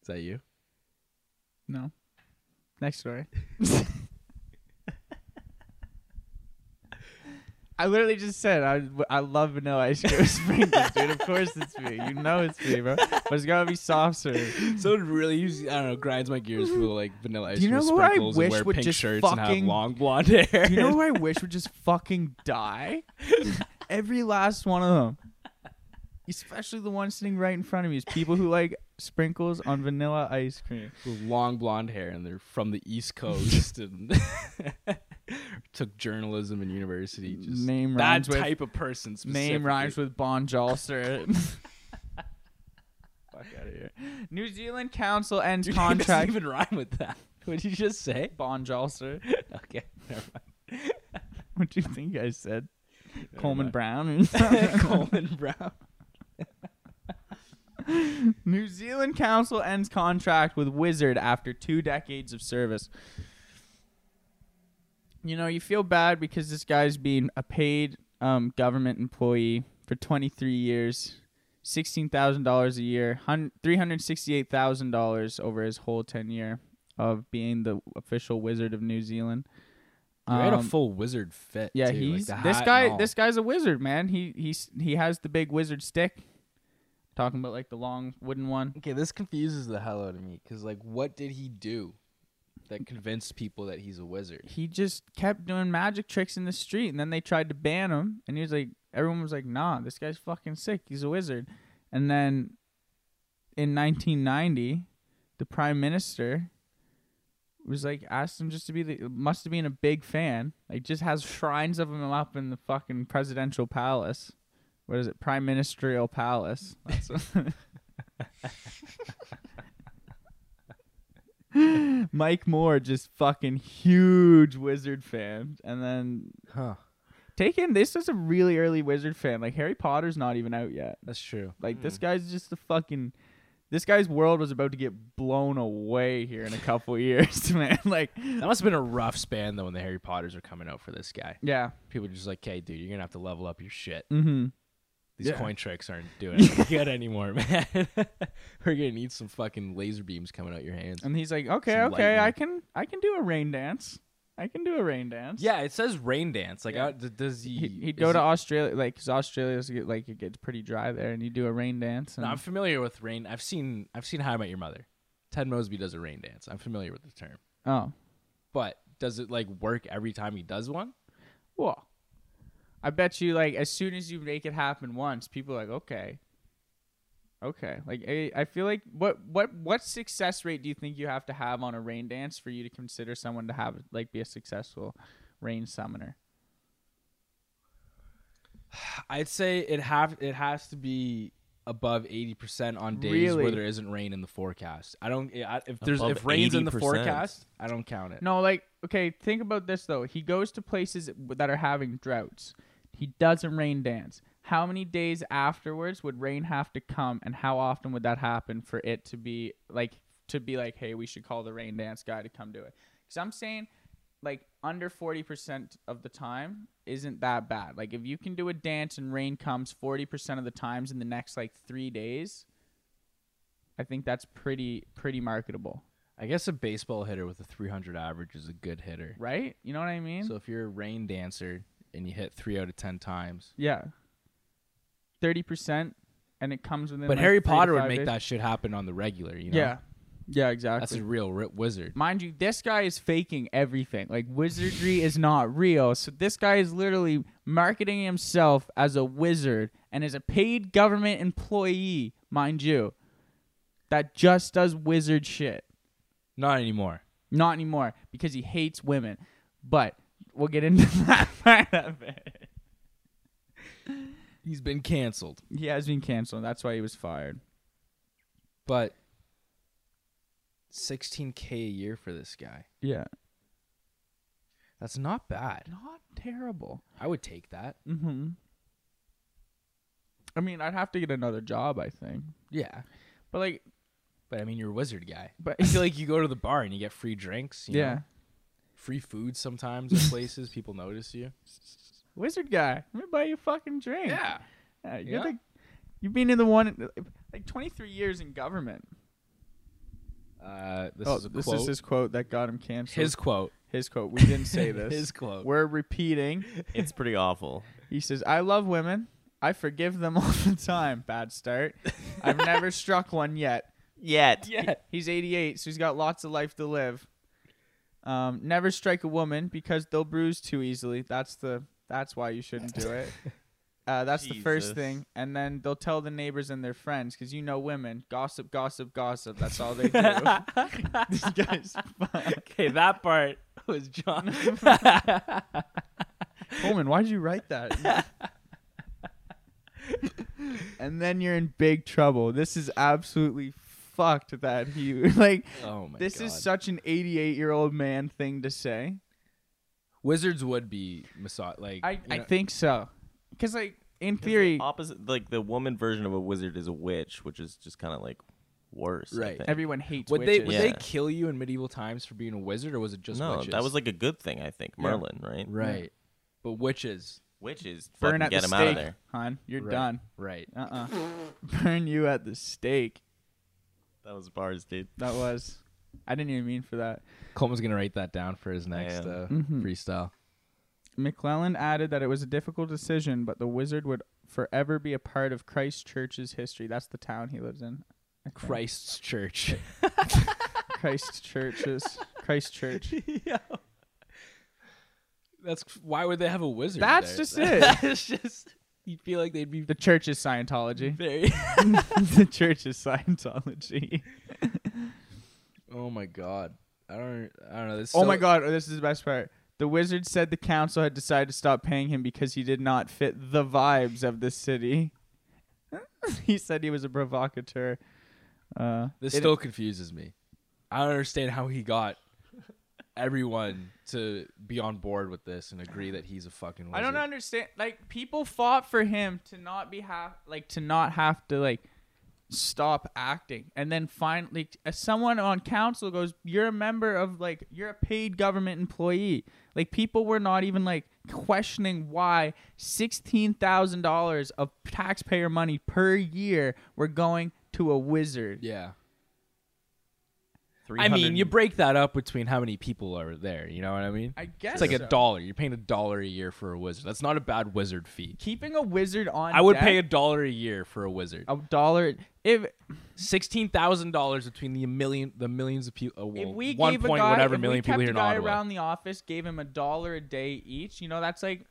Is that you? No. Next story. I literally just said I, I love vanilla ice cream with sprinkles, dude. Of course it's me. You know it's me, bro. But it's gotta be soft serve. so it really, I don't know, grinds my gears for like vanilla ice Do you cream with know who I sprinkles wish and wear would pink just shirts and have fucking- long blonde hair. Do you know who I wish would just fucking die? Every last one of them. Especially the one sitting right in front of me is people who like sprinkles on vanilla ice cream. with long blonde hair and they're from the East Coast and took journalism in university. Just Name that rhymes with- type of person. Name rhymes with Bon Jolster. Fuck out of here. New Zealand Council ends Dude, contract. doesn't even rhyme with that. What did you just say? Bon Jolster. Okay, never What do you think I said? Never Coleman mind. Brown? mind. Coleman Brown. New Zealand Council ends contract with Wizard after two decades of service. You know, you feel bad because this guy's been a paid um, government employee for 23 years, sixteen thousand dollars a year, three hundred sixty-eight thousand dollars over his whole tenure of being the official Wizard of New Zealand. You had a Um, full wizard fit. yeah, too, like he's the hat this and guy. all. This guy's a wizard, man. He he's he has the big wizard stick. Talking about like the long wooden one. Okay, this confuses the hell out of me because, like, what did he do that convinced people that he's a wizard? he just kept doing magic tricks in the street and then they tried to ban him and he was like everyone was like nah this guy's fucking sick he's a wizard and then in 1990 the prime minister was like asked him just to be the must have been a big fan like just has shrines of him up in the fucking presidential palace what is it prime ministerial palace That's what- mike moore just fucking huge wizard fan and then Huh. Taken, this is a really early Wizard fan. Like Harry Potter's not even out yet. That's true. Like this guy's just the fucking this guy's world was about to get blown away here in a couple years, man. Like That must have been a rough span, though, when the Harry Potters are coming out for this guy. yeah. People are just like, okay, dude, you're going to have to level up your shit. Mhm. These Yeah. coin tricks aren't doing it good anymore, man. We're going to need some fucking laser beams coming out your hands. And he's like, "Okay, Some okay, I lightning. can I can do a rain dance. I can do a rain dance." Yeah, it says rain dance. Like, Yeah. uh, d- does he. He, is he'd go to he- Australia, like, cause Australia's get, like it gets pretty dry there, and you do a rain dance. And No, I'm familiar with rain. I've seen I've seen How I Met Your Mother. Ted Mosby does a rain dance. I'm familiar with the term. oh, But does it like work every time he does one? Well, I bet you like as soon as you make it happen once, people are like, okay, okay. Like I, I feel like what what what success rate do you think you have to have on a rain dance for you to consider someone to have like be a successful rain summoner? I'd say it have it has to be above 80% on days Really? where there isn't rain in the forecast. I don't I, if there's Above if rain's in the 80%. forecast, I don't count it. No, like okay, think about this though. He goes to places that are having droughts. He doesn't rain dance. How many days afterwards would rain have to come, and how often would that happen for it to be like to be like, hey, we should call the rain dance guy to come do it? Because I'm saying, like under forty percent of the time isn't that bad. Like if you can do a dance and rain comes forty percent of the times in the next like three days, I think that's pretty pretty marketable, I guess a baseball hitter with a 300 average is a good hitter. right? You know what I mean? So if you're a rain dancer and you hit 3 out of 10 times. Yeah. Thirty percent, and it comes within. But like, Harry three to Potter would five make days. that shit happen on the regular, you know. Yeah. Yeah, That's exactly. a real ri- wizard. Mind you, this guy is faking everything. Like wizardry is not real. So this guy is literally marketing himself as a wizard and is a paid government employee, mind you, that just does wizard shit. Not anymore. Not anymore because he hates women. But we'll get into that part of it. He's been canceled. He has been canceled. That's why he was fired. But 16k a year for this guy. Yeah. That's not bad. Not terrible. I would take that. Mm-hmm. I mean, I'd have to get another job, I think. Yeah. But like, But I mean, you're a wizard guy. but I feel like you go to the bar and you get free drinks. You yeah, Know? Free food sometimes at places. People notice you. wizard guy, let me buy you a fucking drink. Yeah. Yeah, you're Yeah. the, you've been in the one like 23 years in government. Uh, this oh, is a this quote. is his, his quote that got him canceled. quote. his quote. We didn't say this. his quote. We're repeating. It's pretty awful. He says, "I love women. I forgive them all the time. Bad start. I've never struck one yet." Yet. Yeah. He's 88, so he's got lots of life to live. Um, never strike a woman because they'll bruise too easily. That's the that's why you shouldn't do it. Uh, that's the first Jesus. thing, and then they'll tell the neighbors and their friends because you know women gossip, gossip, gossip. That's all they do. this guy's fuck. okay, that part was John. Coleman, why did you write that? and then you're in big trouble. This is absolutely fucked that he like. oh my this god. is such an 88 year old man thing to say. Wizards would be massage like. I, you I know- think so. Because, like, in 'Cause the theory, opposite, like the woman version of a wizard is a witch, which is just kind of like worse. I Right. think. everyone hates would witches. they would Yeah. they kill you in medieval times for being a wizard, or was it just no, witches? that was like a good thing. I think Yeah. Merlin, right? Right. But witches, Witches, Burn fucking at get the them stake, out of there. hon. You're Right, done. Right. Uh uh Burn you at the stake. That was bars, dude. That was. I didn't even mean for that. Coleman's gonna write that down for his next am. uh, Mhm. freestyle. McClellan added that it was a difficult decision, but the wizard would forever be a part of Christ Church's history. That's the town he lives in. I think. Christ's Church. Christ Church's Christ Church. That's why would they have a wizard? That's there? just it. That's just. You feel like they'd be The church is Scientology. very. the church is Scientology. oh my god. I don't. I don't know. This oh my god, oh, this is the best part. The wizard said the council had decided to stop paying him because he did not fit the vibes of the city. he said he was a provocateur. Uh, This it- still confuses me. I don't understand how he got everyone to be on board with this and agree that he's a fucking. Wizard. I don't understand. Like people fought for him to not be have like to not have to like stop acting, and then finally, as someone on council goes, "You're a member of like you're a paid government employee." Like people were not even like questioning why sixteen thousand dollars of taxpayer money per year were going to a wizard. Yeah. I mean, you break that up between how many people are there. You know what I mean? I guess it's like so. a dollar. You're paying a dollar a year for a wizard. That's not a bad wizard fee. Keeping a wizard on, I would deck- pay a dollar a year for a wizard. a dollar if Sixteen thousand dollars between the million, the millions of people. Uh, well, if we one gave point a guy, whatever if million we kept people here a in guy Ottawa. around the office, gave him a dollar a day each. You know, that's like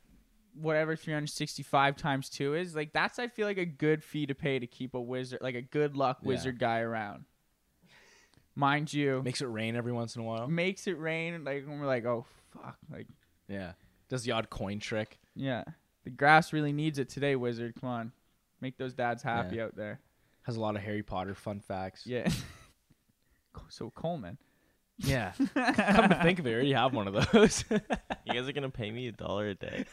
whatever 365 times two is. Like that's I feel like a good fee to pay to keep a wizard, like a good luck Yeah. wizard guy around. Mind you, Makes it rain every once in a while. makes it rain. Like when we're like, oh fuck, like Yeah, does the odd coin trick. yeah, the grass really needs it today, wizard. Come on, make those dads happy out there. Has a lot of Harry Potter fun facts. Yeah. so Coleman, Yeah. Come to think of it, I already have one of those. All You guys are gonna pay me a dollar a day.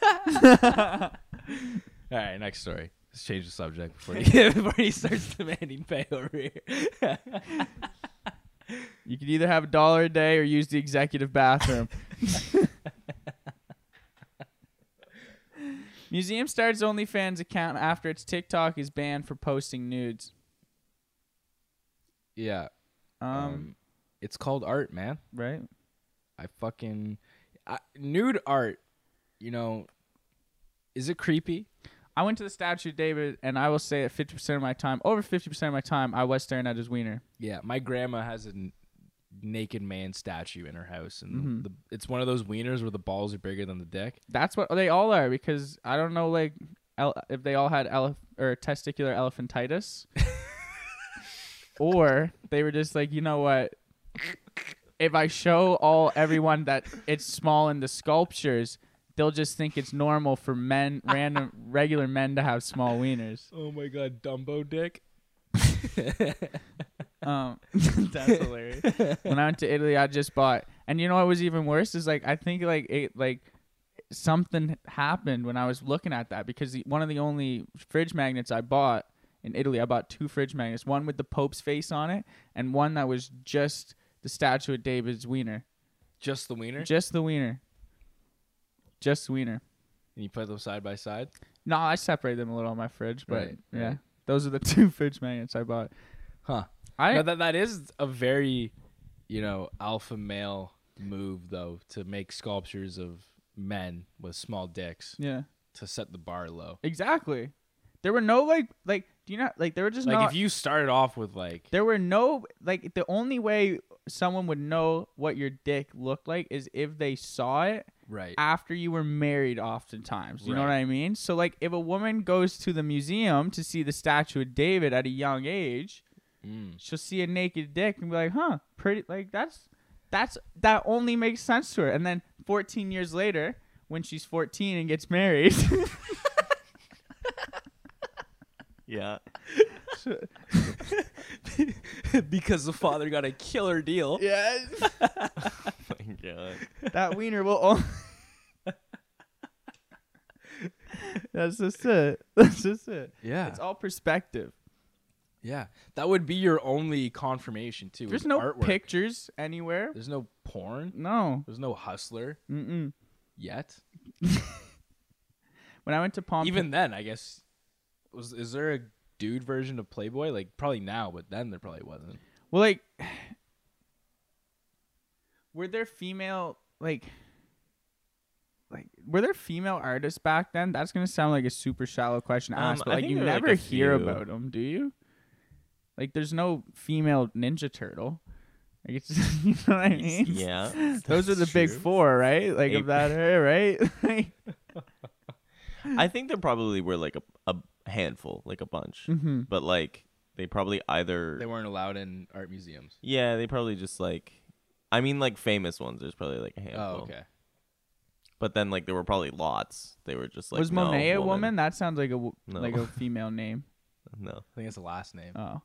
right, next story. Let's change the subject before he, before he starts demanding pay over here. you could either have a dollar a day or use the executive bathroom. Museum starts OnlyFans account after its TikTok is banned for posting nudes. yeah. Um, Um, it's called art, man. right? I fucking I, nude art. You know, is it creepy? I went to the statue of David, and I will say, at 50% of my time, over 50% of my time, I was staring at his wiener. Yeah, my grandma has a n- naked man statue in her house, and the, it's one of those wieners where the balls are bigger than the dick. That's what they all are because I don't know, like, ele- if they all had elef- or testicular elephantitis, or they were just like, you know what? If I show all everyone that it's small in the sculptures, they'll just think it's normal for men, random, regular men to have small wieners. Oh my god, Dumbo dick. Um, that's hilarious. when I went to Italy, I just bought, and you know what was even worse is like I think like it like something happened when I was looking at that because the, one of the only fridge magnets I bought in Italy, I bought two fridge magnets, one with the Pope's face on it, and one that was just the statue of David's wiener, Just the wiener, just the wiener, just the wiener. and you put them side by side. No, I separated them a little on my fridge, but Right, yeah, right. those are the two fridge magnets I bought. Huh. I Now that that is a very, you know, alpha male move though to make sculptures of men with small dicks yeah. to set the bar low. Exactly. There were no like like do you not like there were just Like no if you started off with like there were no like the only way someone would know what your dick looked like is if they saw it right, after you were married oftentimes. You know what Right. I mean? So like if a woman goes to the museum to see the statue of David at a young age, Mm. she'll see a naked dick and be like, "Huh, pretty like that's that's that only makes sense to her." And then 14 years later, when she's 14 and gets married, Yeah. because the father got a killer deal. yes. Oh my god. that wiener will only. That's just it. That's just it. Yeah, It's all perspective. yeah. That would be your only confirmation too. There's is no artwork. pictures anywhere. There's no porn. No. There's no hustler Mm-mm. yet. when I went to Palm Even then, I guess was is there a dude version of Playboy? Like probably now, but then there probably wasn't. Well, like, were there female like, like were there female artists back then? That's gonna sound like a super shallow question to Um, ask, but I like think you there were, like, never a hear few. about them, do you? Like, there's no female Ninja Turtle. Like, it's just, you know what I mean? yeah. Those are the that's big true. four, right? Like Ape. of that era, right? like, I think there probably were like a, a handful, like a bunch, Mhm. but like they probably either They weren't allowed in art museums. yeah they probably just like I mean like famous ones. There's probably like a handful. Oh, okay. But then like there were probably lots. They were just like was no, Monet a woman? woman? That sounds like a w- No. like a female name. No. I think it's the last name. Oh,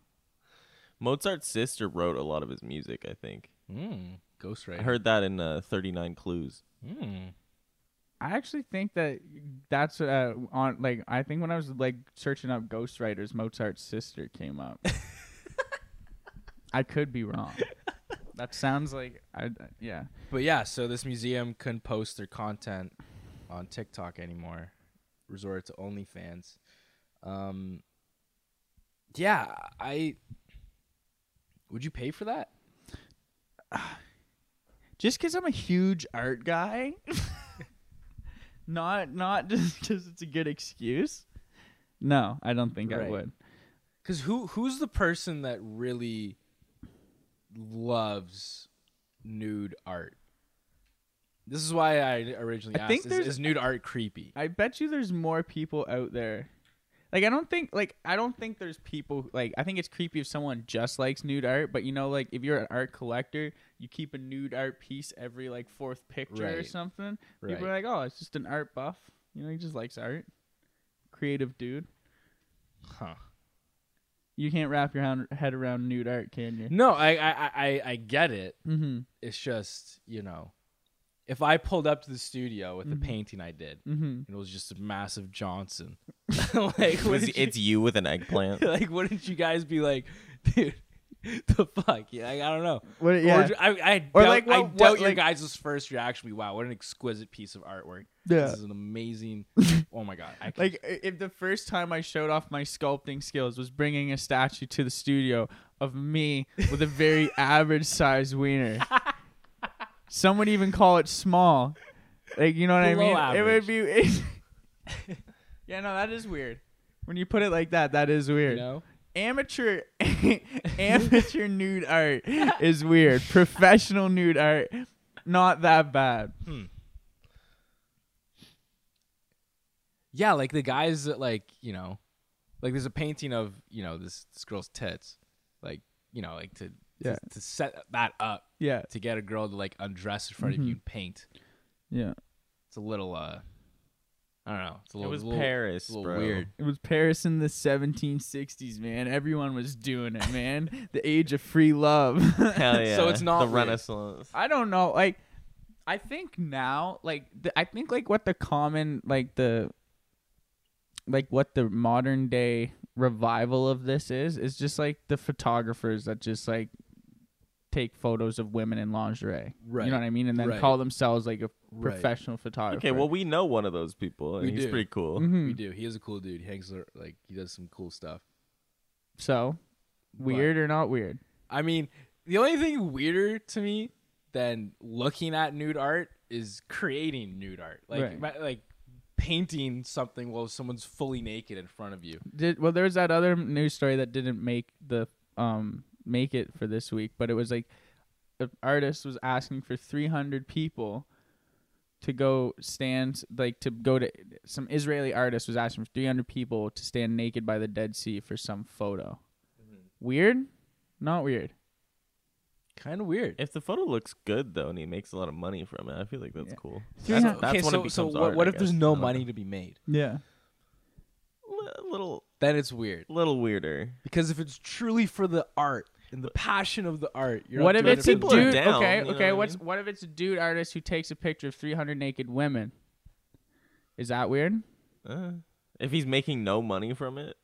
Mozart's sister wrote a lot of his music. I think Mm, Ghostwriter. I heard that in uh, Thirty Nine Clues. Mm. I actually think that that's uh, on like I think when I was like searching up ghostwriters, Mozart's sister came up. I could be wrong. That sounds like I uh, yeah. But yeah, so this museum couldn't post their content on TikTok anymore. Resorted to OnlyFans. Um, yeah, I. Would you pay for that? Just because I'm a huge art guy, not not just because it's a good excuse. No, I don't think I Right. would. Because who who's the person that really loves nude art? This is why I originally I asked. think is, there's- is nude art creepy? I bet you there's more people out there. Like I don't think like I don't think there's people like I think it's creepy if someone just likes nude art, but you know like if you're an art collector, you keep a nude art piece every like fourth picture or Right. something. People are Right. like, "Oh, it's just an art buff." You know, he just likes art. Creative dude. Huh. You can't wrap your hand- head around nude art, can you? No, I I, I- I I get it. Mhm. It's just you know, if I pulled up to the studio with Mhm. the painting I did Mhm. and it was just a massive Johnson, like It was- wouldn't you- it's you with an eggplant. like wouldn't you guys be like, dude? The fuck? Yeah, like, I don't know. What, Or, yeah. ju- I, I Or, doubt, like, I what- doubt what, your like- guys' first reaction would be, wow, what an exquisite piece of artwork. Yeah. This is an amazing. oh my God. I can, Like i- if the first time I showed off my sculpting skills was bringing a statue to the studio of me with a very average size wiener. Some would even call it small. Like you know what Below I mean? It would be Yeah, no, that is weird. When you put it like that, that is you weird. know? Amateur amateur nude art is weird. Professional nude art not that bad. Yeah, like the guys that, like, you know, like there's a painting of, you know, this, this girl's tits. Like, you know, like to, Yeah. to, to set that up, Yeah. to get a girl to, like, undress in front Mm-hmm. of you and paint. Yeah. It's a little, uh, I don't know. It's a It little, was it's a little, Paris, it's a little bro. weird. It was Paris in the 1760s, man. Everyone was doing it, man. the age of free love. Hell yeah. So it's not the weird. Renaissance. I don't know. Like, I think now, like, the, I think like what the common, like the, like what the modern day revival of this is, is just like the photographers that just like take photos of women in lingerie. You Right. know what I mean? And then Right. call themselves like a Right. professional photographer. Okay, well we know one of those people, and We he's do. Mm-hmm. pretty cool. Mhm. We do. He is a cool dude. He hangs, ar- like, he does some cool stuff. so weird or not weird? I mean, the only thing weirder to me than looking at nude art is creating nude art, like Right. ma- like painting something while someone's fully naked in front of you. did well there was that other news story that didn't make the um make it for this week but it was like an artist was asking for 300 people to go stand like to go to some israeli artist was asking for 300 people to stand naked by the dead sea for some photo Mm-hmm. weird not weird Kind of weird. If the photo looks good though, and he makes a lot of money from it, I feel like that's Yeah. cool. Yeah. That's, Okay, that's when so, it becomes so what, art, what I if there's guess. I no don't money to be made? yeah know. Li- Little, Then it's weird little weirder. because if it's truly for the art and the passion of the art, you're what not if doing it's it for a people the- are dude? down, okay, you know okay. what I What's mean? what if it's a dude artist who takes a picture of 300 naked women? Is that weird? Uh, if he's making no money from it,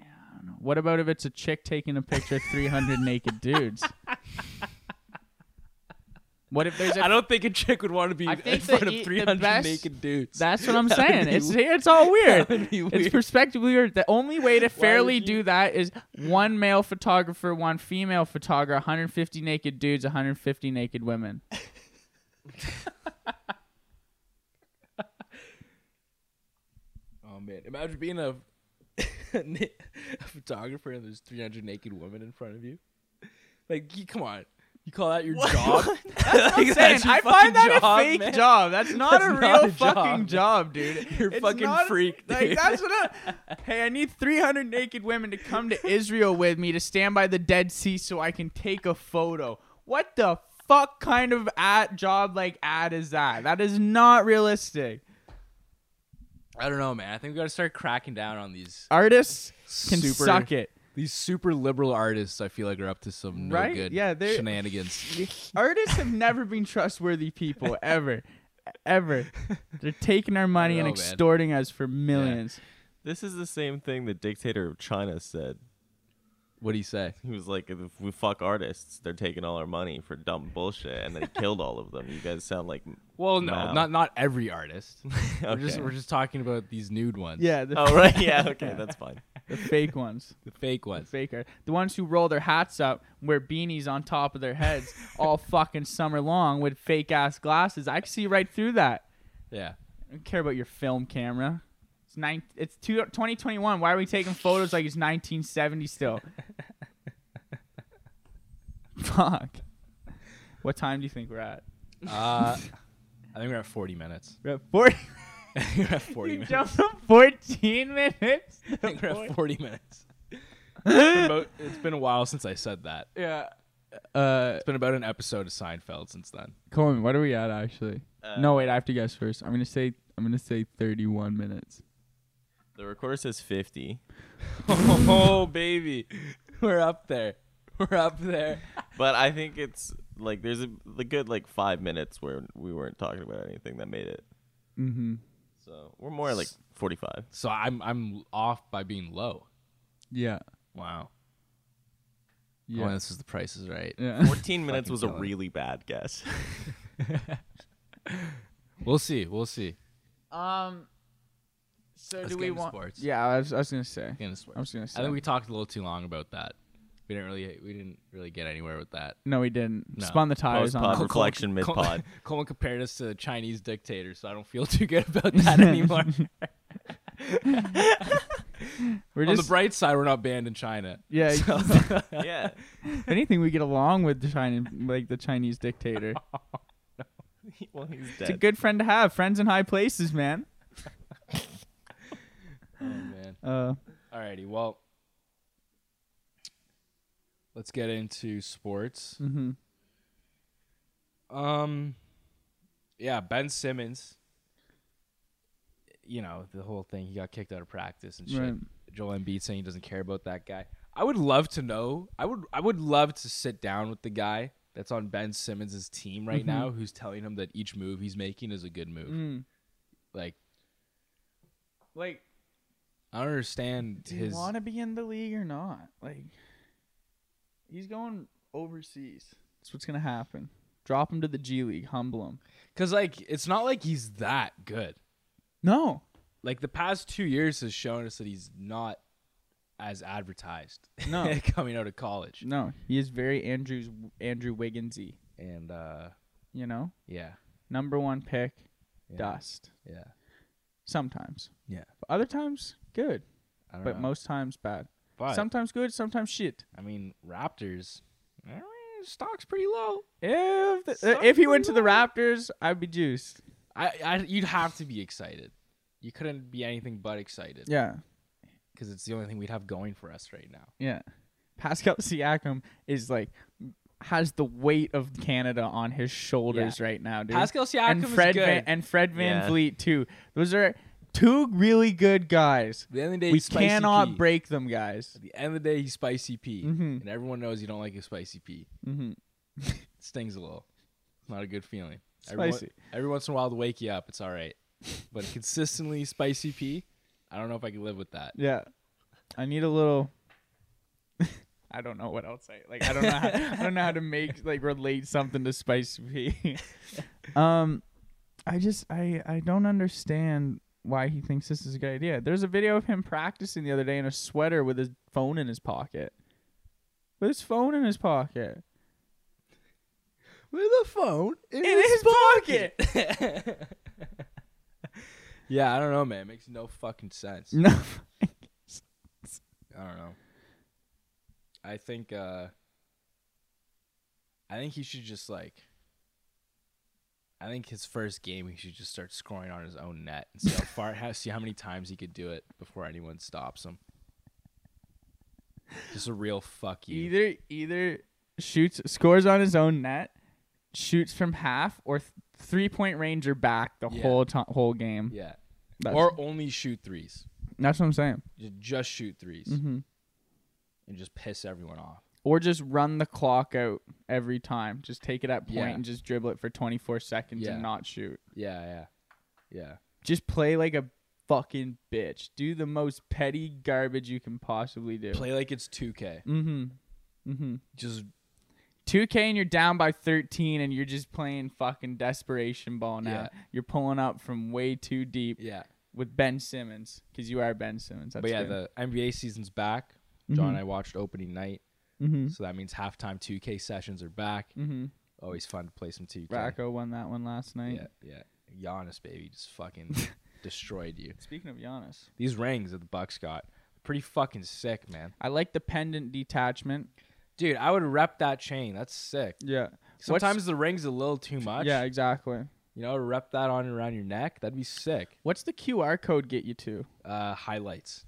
I don't know. What about if it's a chick taking a picture of 300 naked dudes? What if there's a I don't think a chick would want to be I in think front the of e- the 300 best- naked dudes. That's what I'm That would saying. be It's w- it's all weird. would be It's weird. perspectively weird. The only way to fairly you- do that is one male photographer, one female photographer, 150 naked dudes, 150 naked women. oh man, imagine being a, a photographer and there's 300 naked women in front of you. Like, you- come on, you call that your job? I'm Like, saying, that's your I fucking find that job, a fake man. job. That's not That's a not a real job. fucking job, dude. You're It's fucking not- freak, Like dude. that's what I. Hey, I need 300 naked women to come to Israel with me to stand by the Dead Sea so I can take a photo. What the fuck kind of ad job like ad is that? That is not realistic. I don't know, man. I think we got to start cracking down on these Artists can super, suck it. These super liberal artists, I feel like, are up to some no Right? good Yeah, they're- shenanigans. Artists have never been trustworthy people ever. Ever. They're taking our money and know, man. extorting us for millions. This is the same thing the dictator of China said. What do you say? He was like, if we fuck artists, they're taking all our money for dumb bullshit, and then he killed all of them. You guys sound like Well, no, Wow. not not every artist. We're just Okay. we're just talking about these nude ones. Yeah, the, oh right, yeah, okay, that's fine. the fake ones. the fake The ones. fake art. The ones who roll their hats up, wear beanies on top of their heads all fucking summer long with fake ass glasses. I can see right through that. Yeah. I don't care about your film camera. It's nine. It's two, 2021. Why are we taking photos like it's 1970 still? Fuck. What time do you think we're at? Uh, I think we're at 40 minutes. We're at 40. I think we're at 40 you minutes. jumped from 14 minutes. I think we're at 40 minutes. About- it's been a while since I said that. yeah. Uh, It's been about an episode of Seinfeld since then. Coleman, what are we at actually? Uh, no, wait. I have to guess first. I'm gonna say. I'm gonna say 31 minutes. The recorder says fifty, oh, baby. We're up there. We're up there. but I think it's like there's a the good like five minutes where we weren't talking about anything that made it. Mm-hmm. So we're more like forty-five. So I'm I'm off by being low. Yeah. Wow. Yeah. Yeah. this is the price is right. yeah. Fourteen minutes was a killer. really bad guess. We'll see. We'll see. Um. So Let's do get we into want? sports. Yeah, I was, I was gonna say. Again, it's- I was gonna say. I think we talked a little too long about that. We didn't really we didn't really get anywhere with that. no, we didn't. No. Spun the tires on. Post-pod that. reflection mid pod. Coleman compared us to a Chinese dictator, so I don't feel too good about that anymore. We're On the just bright side, we're not banned in China. yeah. So- yeah, if anything, we get along with the China, like the Chinese dictator. well he's It's a dead. good friend to have. Friends in high places, man. oh man. Uh, Alrighty, well, let's get into sports. mm-hmm. Um, yeah, Ben Simmons. You know the whole thing. He got kicked out of practice and shit. Right. Joel Embiid saying he doesn't care about that guy. I would love to know. I would. I would love to sit down with the guy that's on Ben Simmons' team right now, who's telling him that each move he's making is a good move. Mm-hmm. Mm. Like Like, I don't understand do his. you want to be in the league or not? Like, he's going overseas. That's what's gonna happen. Drop him to the G League. Humble him. Because like it's not like he's that good. No. Like the past two years has shown us that he's not as advertised. No. coming out of college. No. He is very Andrews Andrew Wigginsy. And uh, You know, yeah. number one pick, Yeah. dust. Yeah. Sometimes. Yeah. But other times good, I don't but know. most times bad. But, Sometimes good, sometimes shit. I mean, Raptors, eh, stock's pretty low. If the, Suck if he for went to the Raptors, I'd be juiced. I, I, you'd have to be excited. You couldn't be anything but excited Yeah. because it's the only thing we'd have going for us right now. Yeah. Pascal Siakam is like has the weight of Canada on his shoulders right now, dude. Pascal Siakam and Fred is good. Van, and Fred Van Yeah. Vliet too. Those are two really good guys. At the end of the day, we he's spicy cannot P. break them, guys. At the end of the day, he's spicy P, Mhm. and everyone knows you don't like a spicy P. Mm-hmm. It stings a little. Not a good feeling. Every, Spicy. on- every once in a while, to wake you up, it's all right. But consistently spicy P, I don't know if I can live with that. Yeah. I need a little I don't know what else I like. I don't know. How, I don't know how to make like relate something to Spice P. um, I just I I don't understand why he thinks this is a good idea. There's a video of him practicing the other day in a sweater with his phone in his pocket. With his phone in his pocket. With a phone in, In his pocket. pocket. yeah, I don't know, man. It makes no fucking sense. No. I don't know. I think uh I think he should just like I think his first game he should just start scoring on his own net and see how far how see how many times he could do it before anyone stops him. Just a real fuck you. Either either shoots scores on his own net, shoots from half or th- three point range or back the Yeah. whole to- whole game. Yeah. That's, Or only shoot threes. that's what I'm saying. Ju- Just shoot 3s hmm and just piss everyone off. Or just run the clock out every time. Just take it at point Yeah. and just dribble it for 24 seconds Yeah. and not shoot. Yeah, yeah. Yeah. Just play like a fucking bitch. Do the most petty garbage you can possibly do. Play like it's 2K. Mm-hmm. Mm-hmm. Just 2K and you're down by 13 and you're just playing fucking desperation ball now. Yeah. You're pulling up from way too deep yeah. with Ben Simmons because you are Ben Simmons. That's Mm-hmm. but yeah, good. the NBA season's back. John and I watched opening night. Mhm. So that means halftime 2K sessions are back. Mhm. Always fun to play some 2K. Rocco won that one last night. Yeah, yeah. Giannis, baby, just fucking destroyed you. Speaking of Giannis, These rings that the Bucks got, pretty fucking sick, man. I like the pendant detachment. Dude, I would rep that chain. That's sick. Yeah. Sometimes the ring's a little too much. Yeah, exactly. You know, rep that on around your neck. That'd be sick. What's the QR code get you to? Uh, highlights.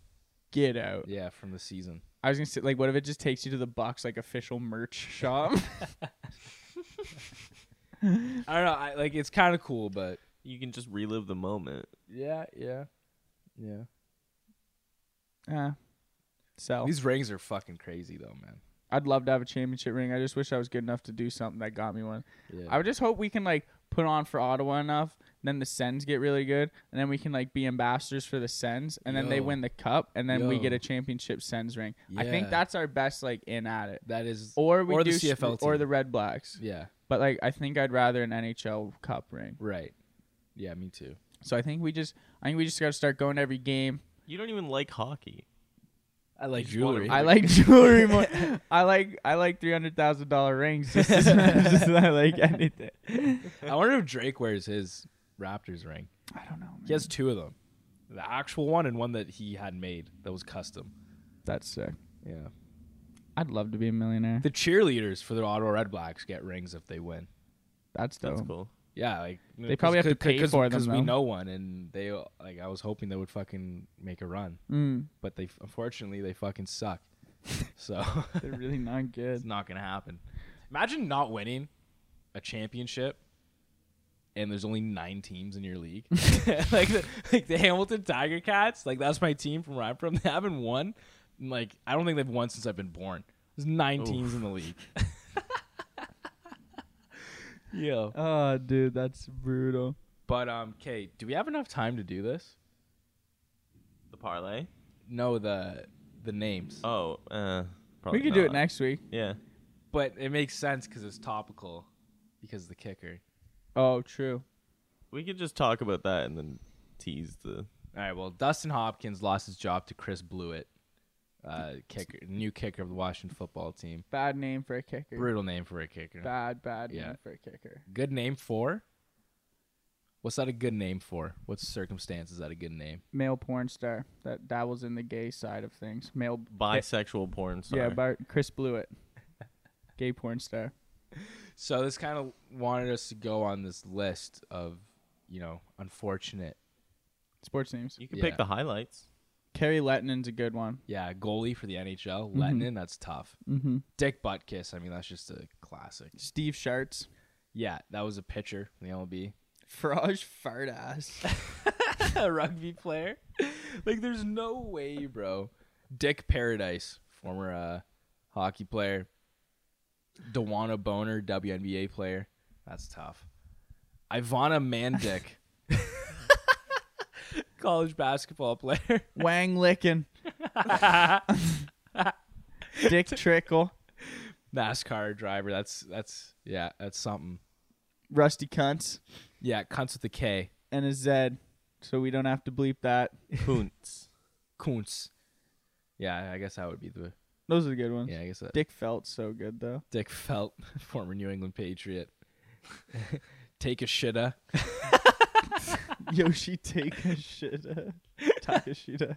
Get out. Yeah, from the season. I was gonna say like, what if it just takes you to the Bucks like official merch shop? I don't know. I, like, it's kind of cool, but You can just relive the moment. yeah, yeah, yeah. uh, so These rings are fucking crazy, though, man. I'd love to have a championship ring. I just wish I was good enough to do something that got me one. Yeah. I would just hope we can like put on for Ottawa enough, then the Sens get really good, and then we can like be ambassadors for the Sens, and then they Yo. win the cup, and then we Yo. get a championship Sens ring. I think Yeah. that's our best like in at it. that is. Or we Or do the sh- CFL or team. the Red Blacks. yeah. But like I think I'd rather an NHL cup ring. Right. Yeah, me too. So I think we just I think we just got to start going to every game. You don't even like hockey. I like just wanna- jewelry. I like jewelry more. I like I like three hundred thousand dollar rings. Just as much as I like anything. I wonder if Drake wears his Raptors ring. I don't know. Man. He has two of them, the actual one and one that he had made that was custom. that's sick. Yeah. I'd love to be a millionaire. The cheerleaders for the Ottawa Redblacks get rings if they win. That's dope. That's cool. Yeah, like They probably have to pay for them, because we though. know one, and they like I was hoping they would fucking make a run, Mm, but they unfortunately they fucking suck. so they're really not it's good. not gonna happen. Imagine not winning a championship, and there's only nine teams in your league. like the like the Hamilton Tiger Cats, like that's my team from where I'm from. They haven't won. and, like I don't think they've won since I've been born. There's nine teams in the league. yeah. Oh, dude, that's brutal. But um, Kate, do we have enough time to do this? The parlay. No, the the names. Oh, uh, We probably could do it not. next week. Yeah. But it makes sense because it's topical, because of the kicker. Oh, true. We could just talk about that and then tease the. All right. Well, Dustin Hopkins lost his job to Chris Blewett, uh, kicker, new kicker of the Washington football team. Bad name for a kicker. Brutal name for a kicker. Bad, bad Yeah. name for a kicker. Good name for. What's that a good name for? What circumstance is that a good name? Male porn star that dabbles in the gay side of things. Male. Bisexual porn star. Yeah, Bart, Chris Blewett. gay porn star. So this kind of wanted us to go on this list of, you know, unfortunate. Sports names. you can yeah. pick the highlights. Kerry Lettonen's a good one. Yeah, goalie for the NHL, Lettinen. That's tough. Mm-hmm. Dick butt kiss. I mean, that's just a classic. Steve Sharts. Yeah, that was a pitcher in the MLB. Faraj fart ass. a rugby player. like, there's no way, bro. Dick Paradise, former uh, hockey player. Dewana Boner, WNBA player. That's tough. Ivana Mandick, college basketball player. Wang Lickin. Dick Trickle, NASCAR driver. That's that's yeah, that's something. Rusty Cunts, Yeah, cunts with the K. and a Z. So we don't have to bleep that. Kuntz. Kuntz. Yeah, I guess that would be the Those are the good ones. yeah. I guess that Dick, Dick felt so good though. Felt, former New England Patriot. Take a shitta. Yoshi Takashita. Takashita.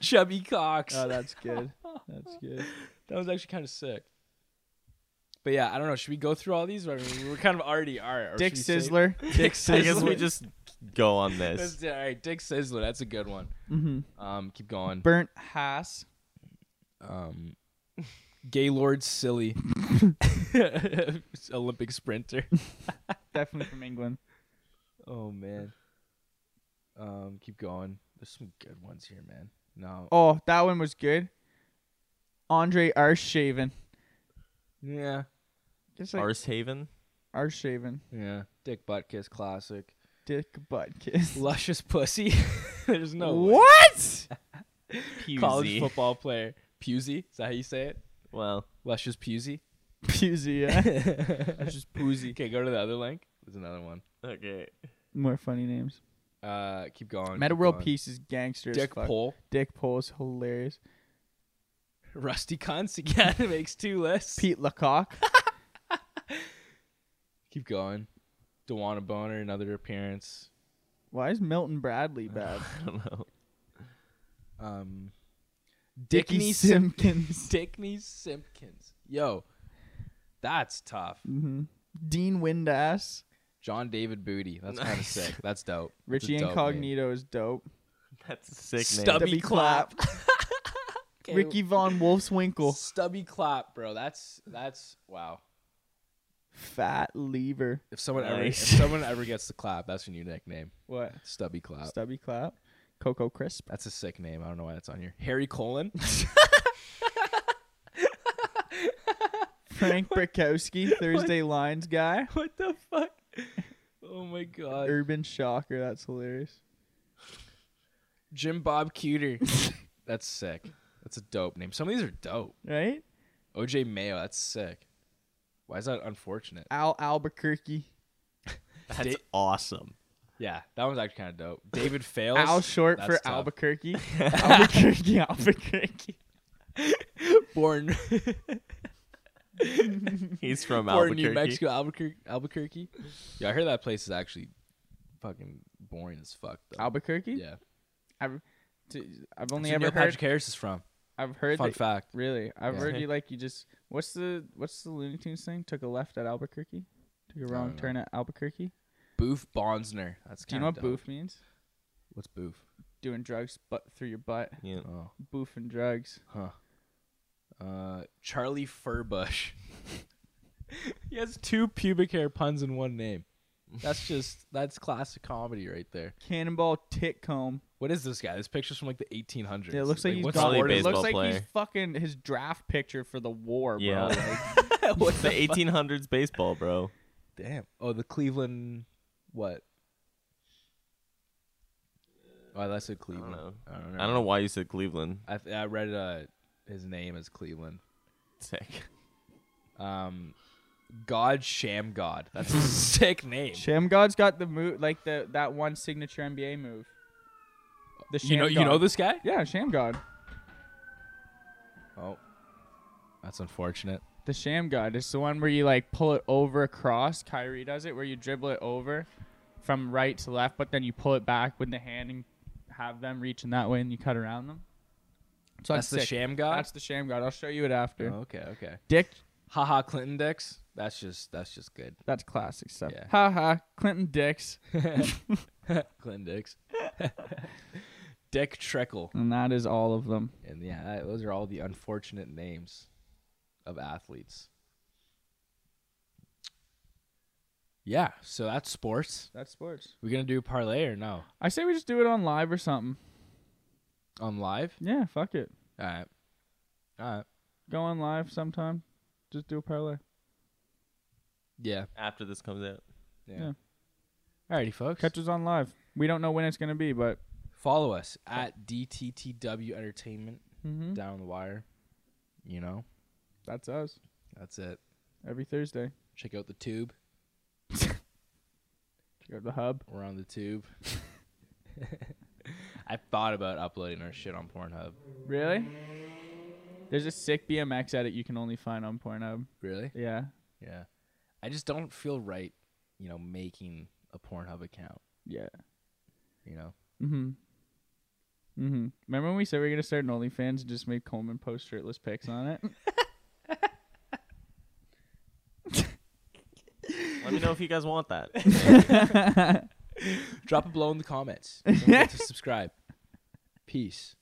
Chubby Cox. Oh, that's good. That's good. Uh, that was actually kind of sick. But yeah, I don't know. Should we go through all these? I mean, we're kind of already all right. or Dick should we say- Sizzler. Dick I guess we Sizzler. just go on Let's this. do- all right, Dick Sizzler. That's a good one. Mm-hmm. Um, keep going. Burnt Hass. Um, Gaylord Silly, Olympic sprinter. Definitely from England. Oh man. Um, keep going. There's some good ones here, man. No. Oh, that one was good. Andre Arshaven. Yeah. Just like Arshaven. Arshaven. Yeah. Dick butt kiss classic. Dick butt kiss. Luscious pussy. There's no way. what? college Pusey. football player. Pusey. Is that how you say it? Well, Luscious Pusey. Pusey. Yeah. That's just Pusey. Okay, go to the other link. There's another one. okay. More funny names. Uh, keep going. Meta keep World going. Peace is gangster. Dick Dick Pole. Pole. Dick Pole is hilarious. Rusty cunts again. makes two lists. Pete Lecoq. Keep going. Dewana Boner, another appearance. Why is Milton Bradley bad? I don't know. Um, Dickie Dickney Simpkins. Dickney Simpkins. Yo, that's tough. hmm Dean Windass. John David Booty. That's kind of Nice. sick. That's dope. That's a Richie dope name. Incognito is dope. That's a sick Stubby Debbie Clap. Okay, Ricky Von Wolfswinkle. Stubby Clap, bro. That's that's wow. Fat Lever. If someone ever if Nice. someone ever gets the clap, that's your new nickname. What? Stubby Clap. Stubby Clap. Coco Crisp. that's a sick name. I don't know why that's on here. Harry Colon. Frank Brakowski. Thursday Lines guy. what the fuck? Oh my god. Urban Shocker. That's hilarious. Jim Bob Cuter. that's sick. That's a dope name. Some of these are dope. Right? OJ Mayo, that's sick. Why is that unfortunate? Al Albuquerque. That's Da- awesome. yeah, that one's actually kind of dope. David Fails. Al short that's for tough. Albuquerque. Albuquerque. Albuquerque. Born, He's from born in Albuquerque. New Mexico, Albuquerque. Albuquerque. Yeah, I heard that place is actually fucking boring as fuck. Though. Albuquerque? yeah. I've, t- I've only That's where ever Neil heard. Patrick Harris is from. I've heard Fun that- fact. Really, I've Yeah. heard you like you just what's the what's the Looney Tunes thing? Took a left at Albuquerque, took a wrong don't know. turn at Albuquerque. Boof Bonsner. That's Do you know kinda what dope. boof means? What's boof? Doing drugs, but through your butt, Yeah. Oh, boof and drugs. huh. Uh, Charlie Furbush. he has two pubic hair puns in one name. That's just that's classic comedy right there. Cannonball tick comb. What is this guy? This picture's from like the 1800s. Yeah, it looks like, he's what's gone. Probably the a It order- looks baseball like he's player. fucking his draft picture for the war, bro. Yeah. Like, What's the 1800s baseball, bro? Damn. Oh, the Cleveland. What? Oh, that's a Cleveland. know. I don't know. I don't know why you said Cleveland. I, th- I read uh, his name as Cleveland. Sick. Um, God Sham God. That's a sick name. Sham God's got the move, like the that one signature NBA move. The You know, Sham you know God. this guy? Yeah, Sham God. Oh, that's unfortunate. The sham god is the one where you like pull it over across. Kyrie does it where you dribble it over from right to left, but then you pull it back with the hand and have them reaching that way and you cut around them. So That's the Sham God. That's the sham god. I'll show you it after. Oh, okay, okay. Dick, Haha, Clinton Dix. That's just that's just good. that's classic stuff. Yeah. Ha ha. Clinton dicks, Clinton Dix. Dick Treckle. and that is all of them. And yeah, that- those are all the unfortunate names of athletes. Yeah, so that's sports. That's sports. We're gonna do a parlay or no? I say we just do it on live or something. On live? Yeah, fuck it. Alright. Alright. Go on live sometime. Just do a parlay. Yeah. After this comes out. Yeah. Yeah. Alrighty folks. Catch us on live. We don't know when it's gonna be, but Follow us at DTTW Entertainment Mhm. down the wire. You know, That's us that's it. every Thursday. Check out the tube. Check out the hub. We're on the tube. I thought about uploading our shit on Pornhub. Really? There's a sick BMX edit you can only find on Pornhub. Really? Yeah. Yeah. I just don't feel right, you know, making a Pornhub account. Yeah. You know. Mhm. Mhm. Remember when we said we were gonna start an OnlyFans and just make Coleman post shirtless pics on it? Let me know if you guys want that. Drop it below in the comments. Don't forget to subscribe. Peace.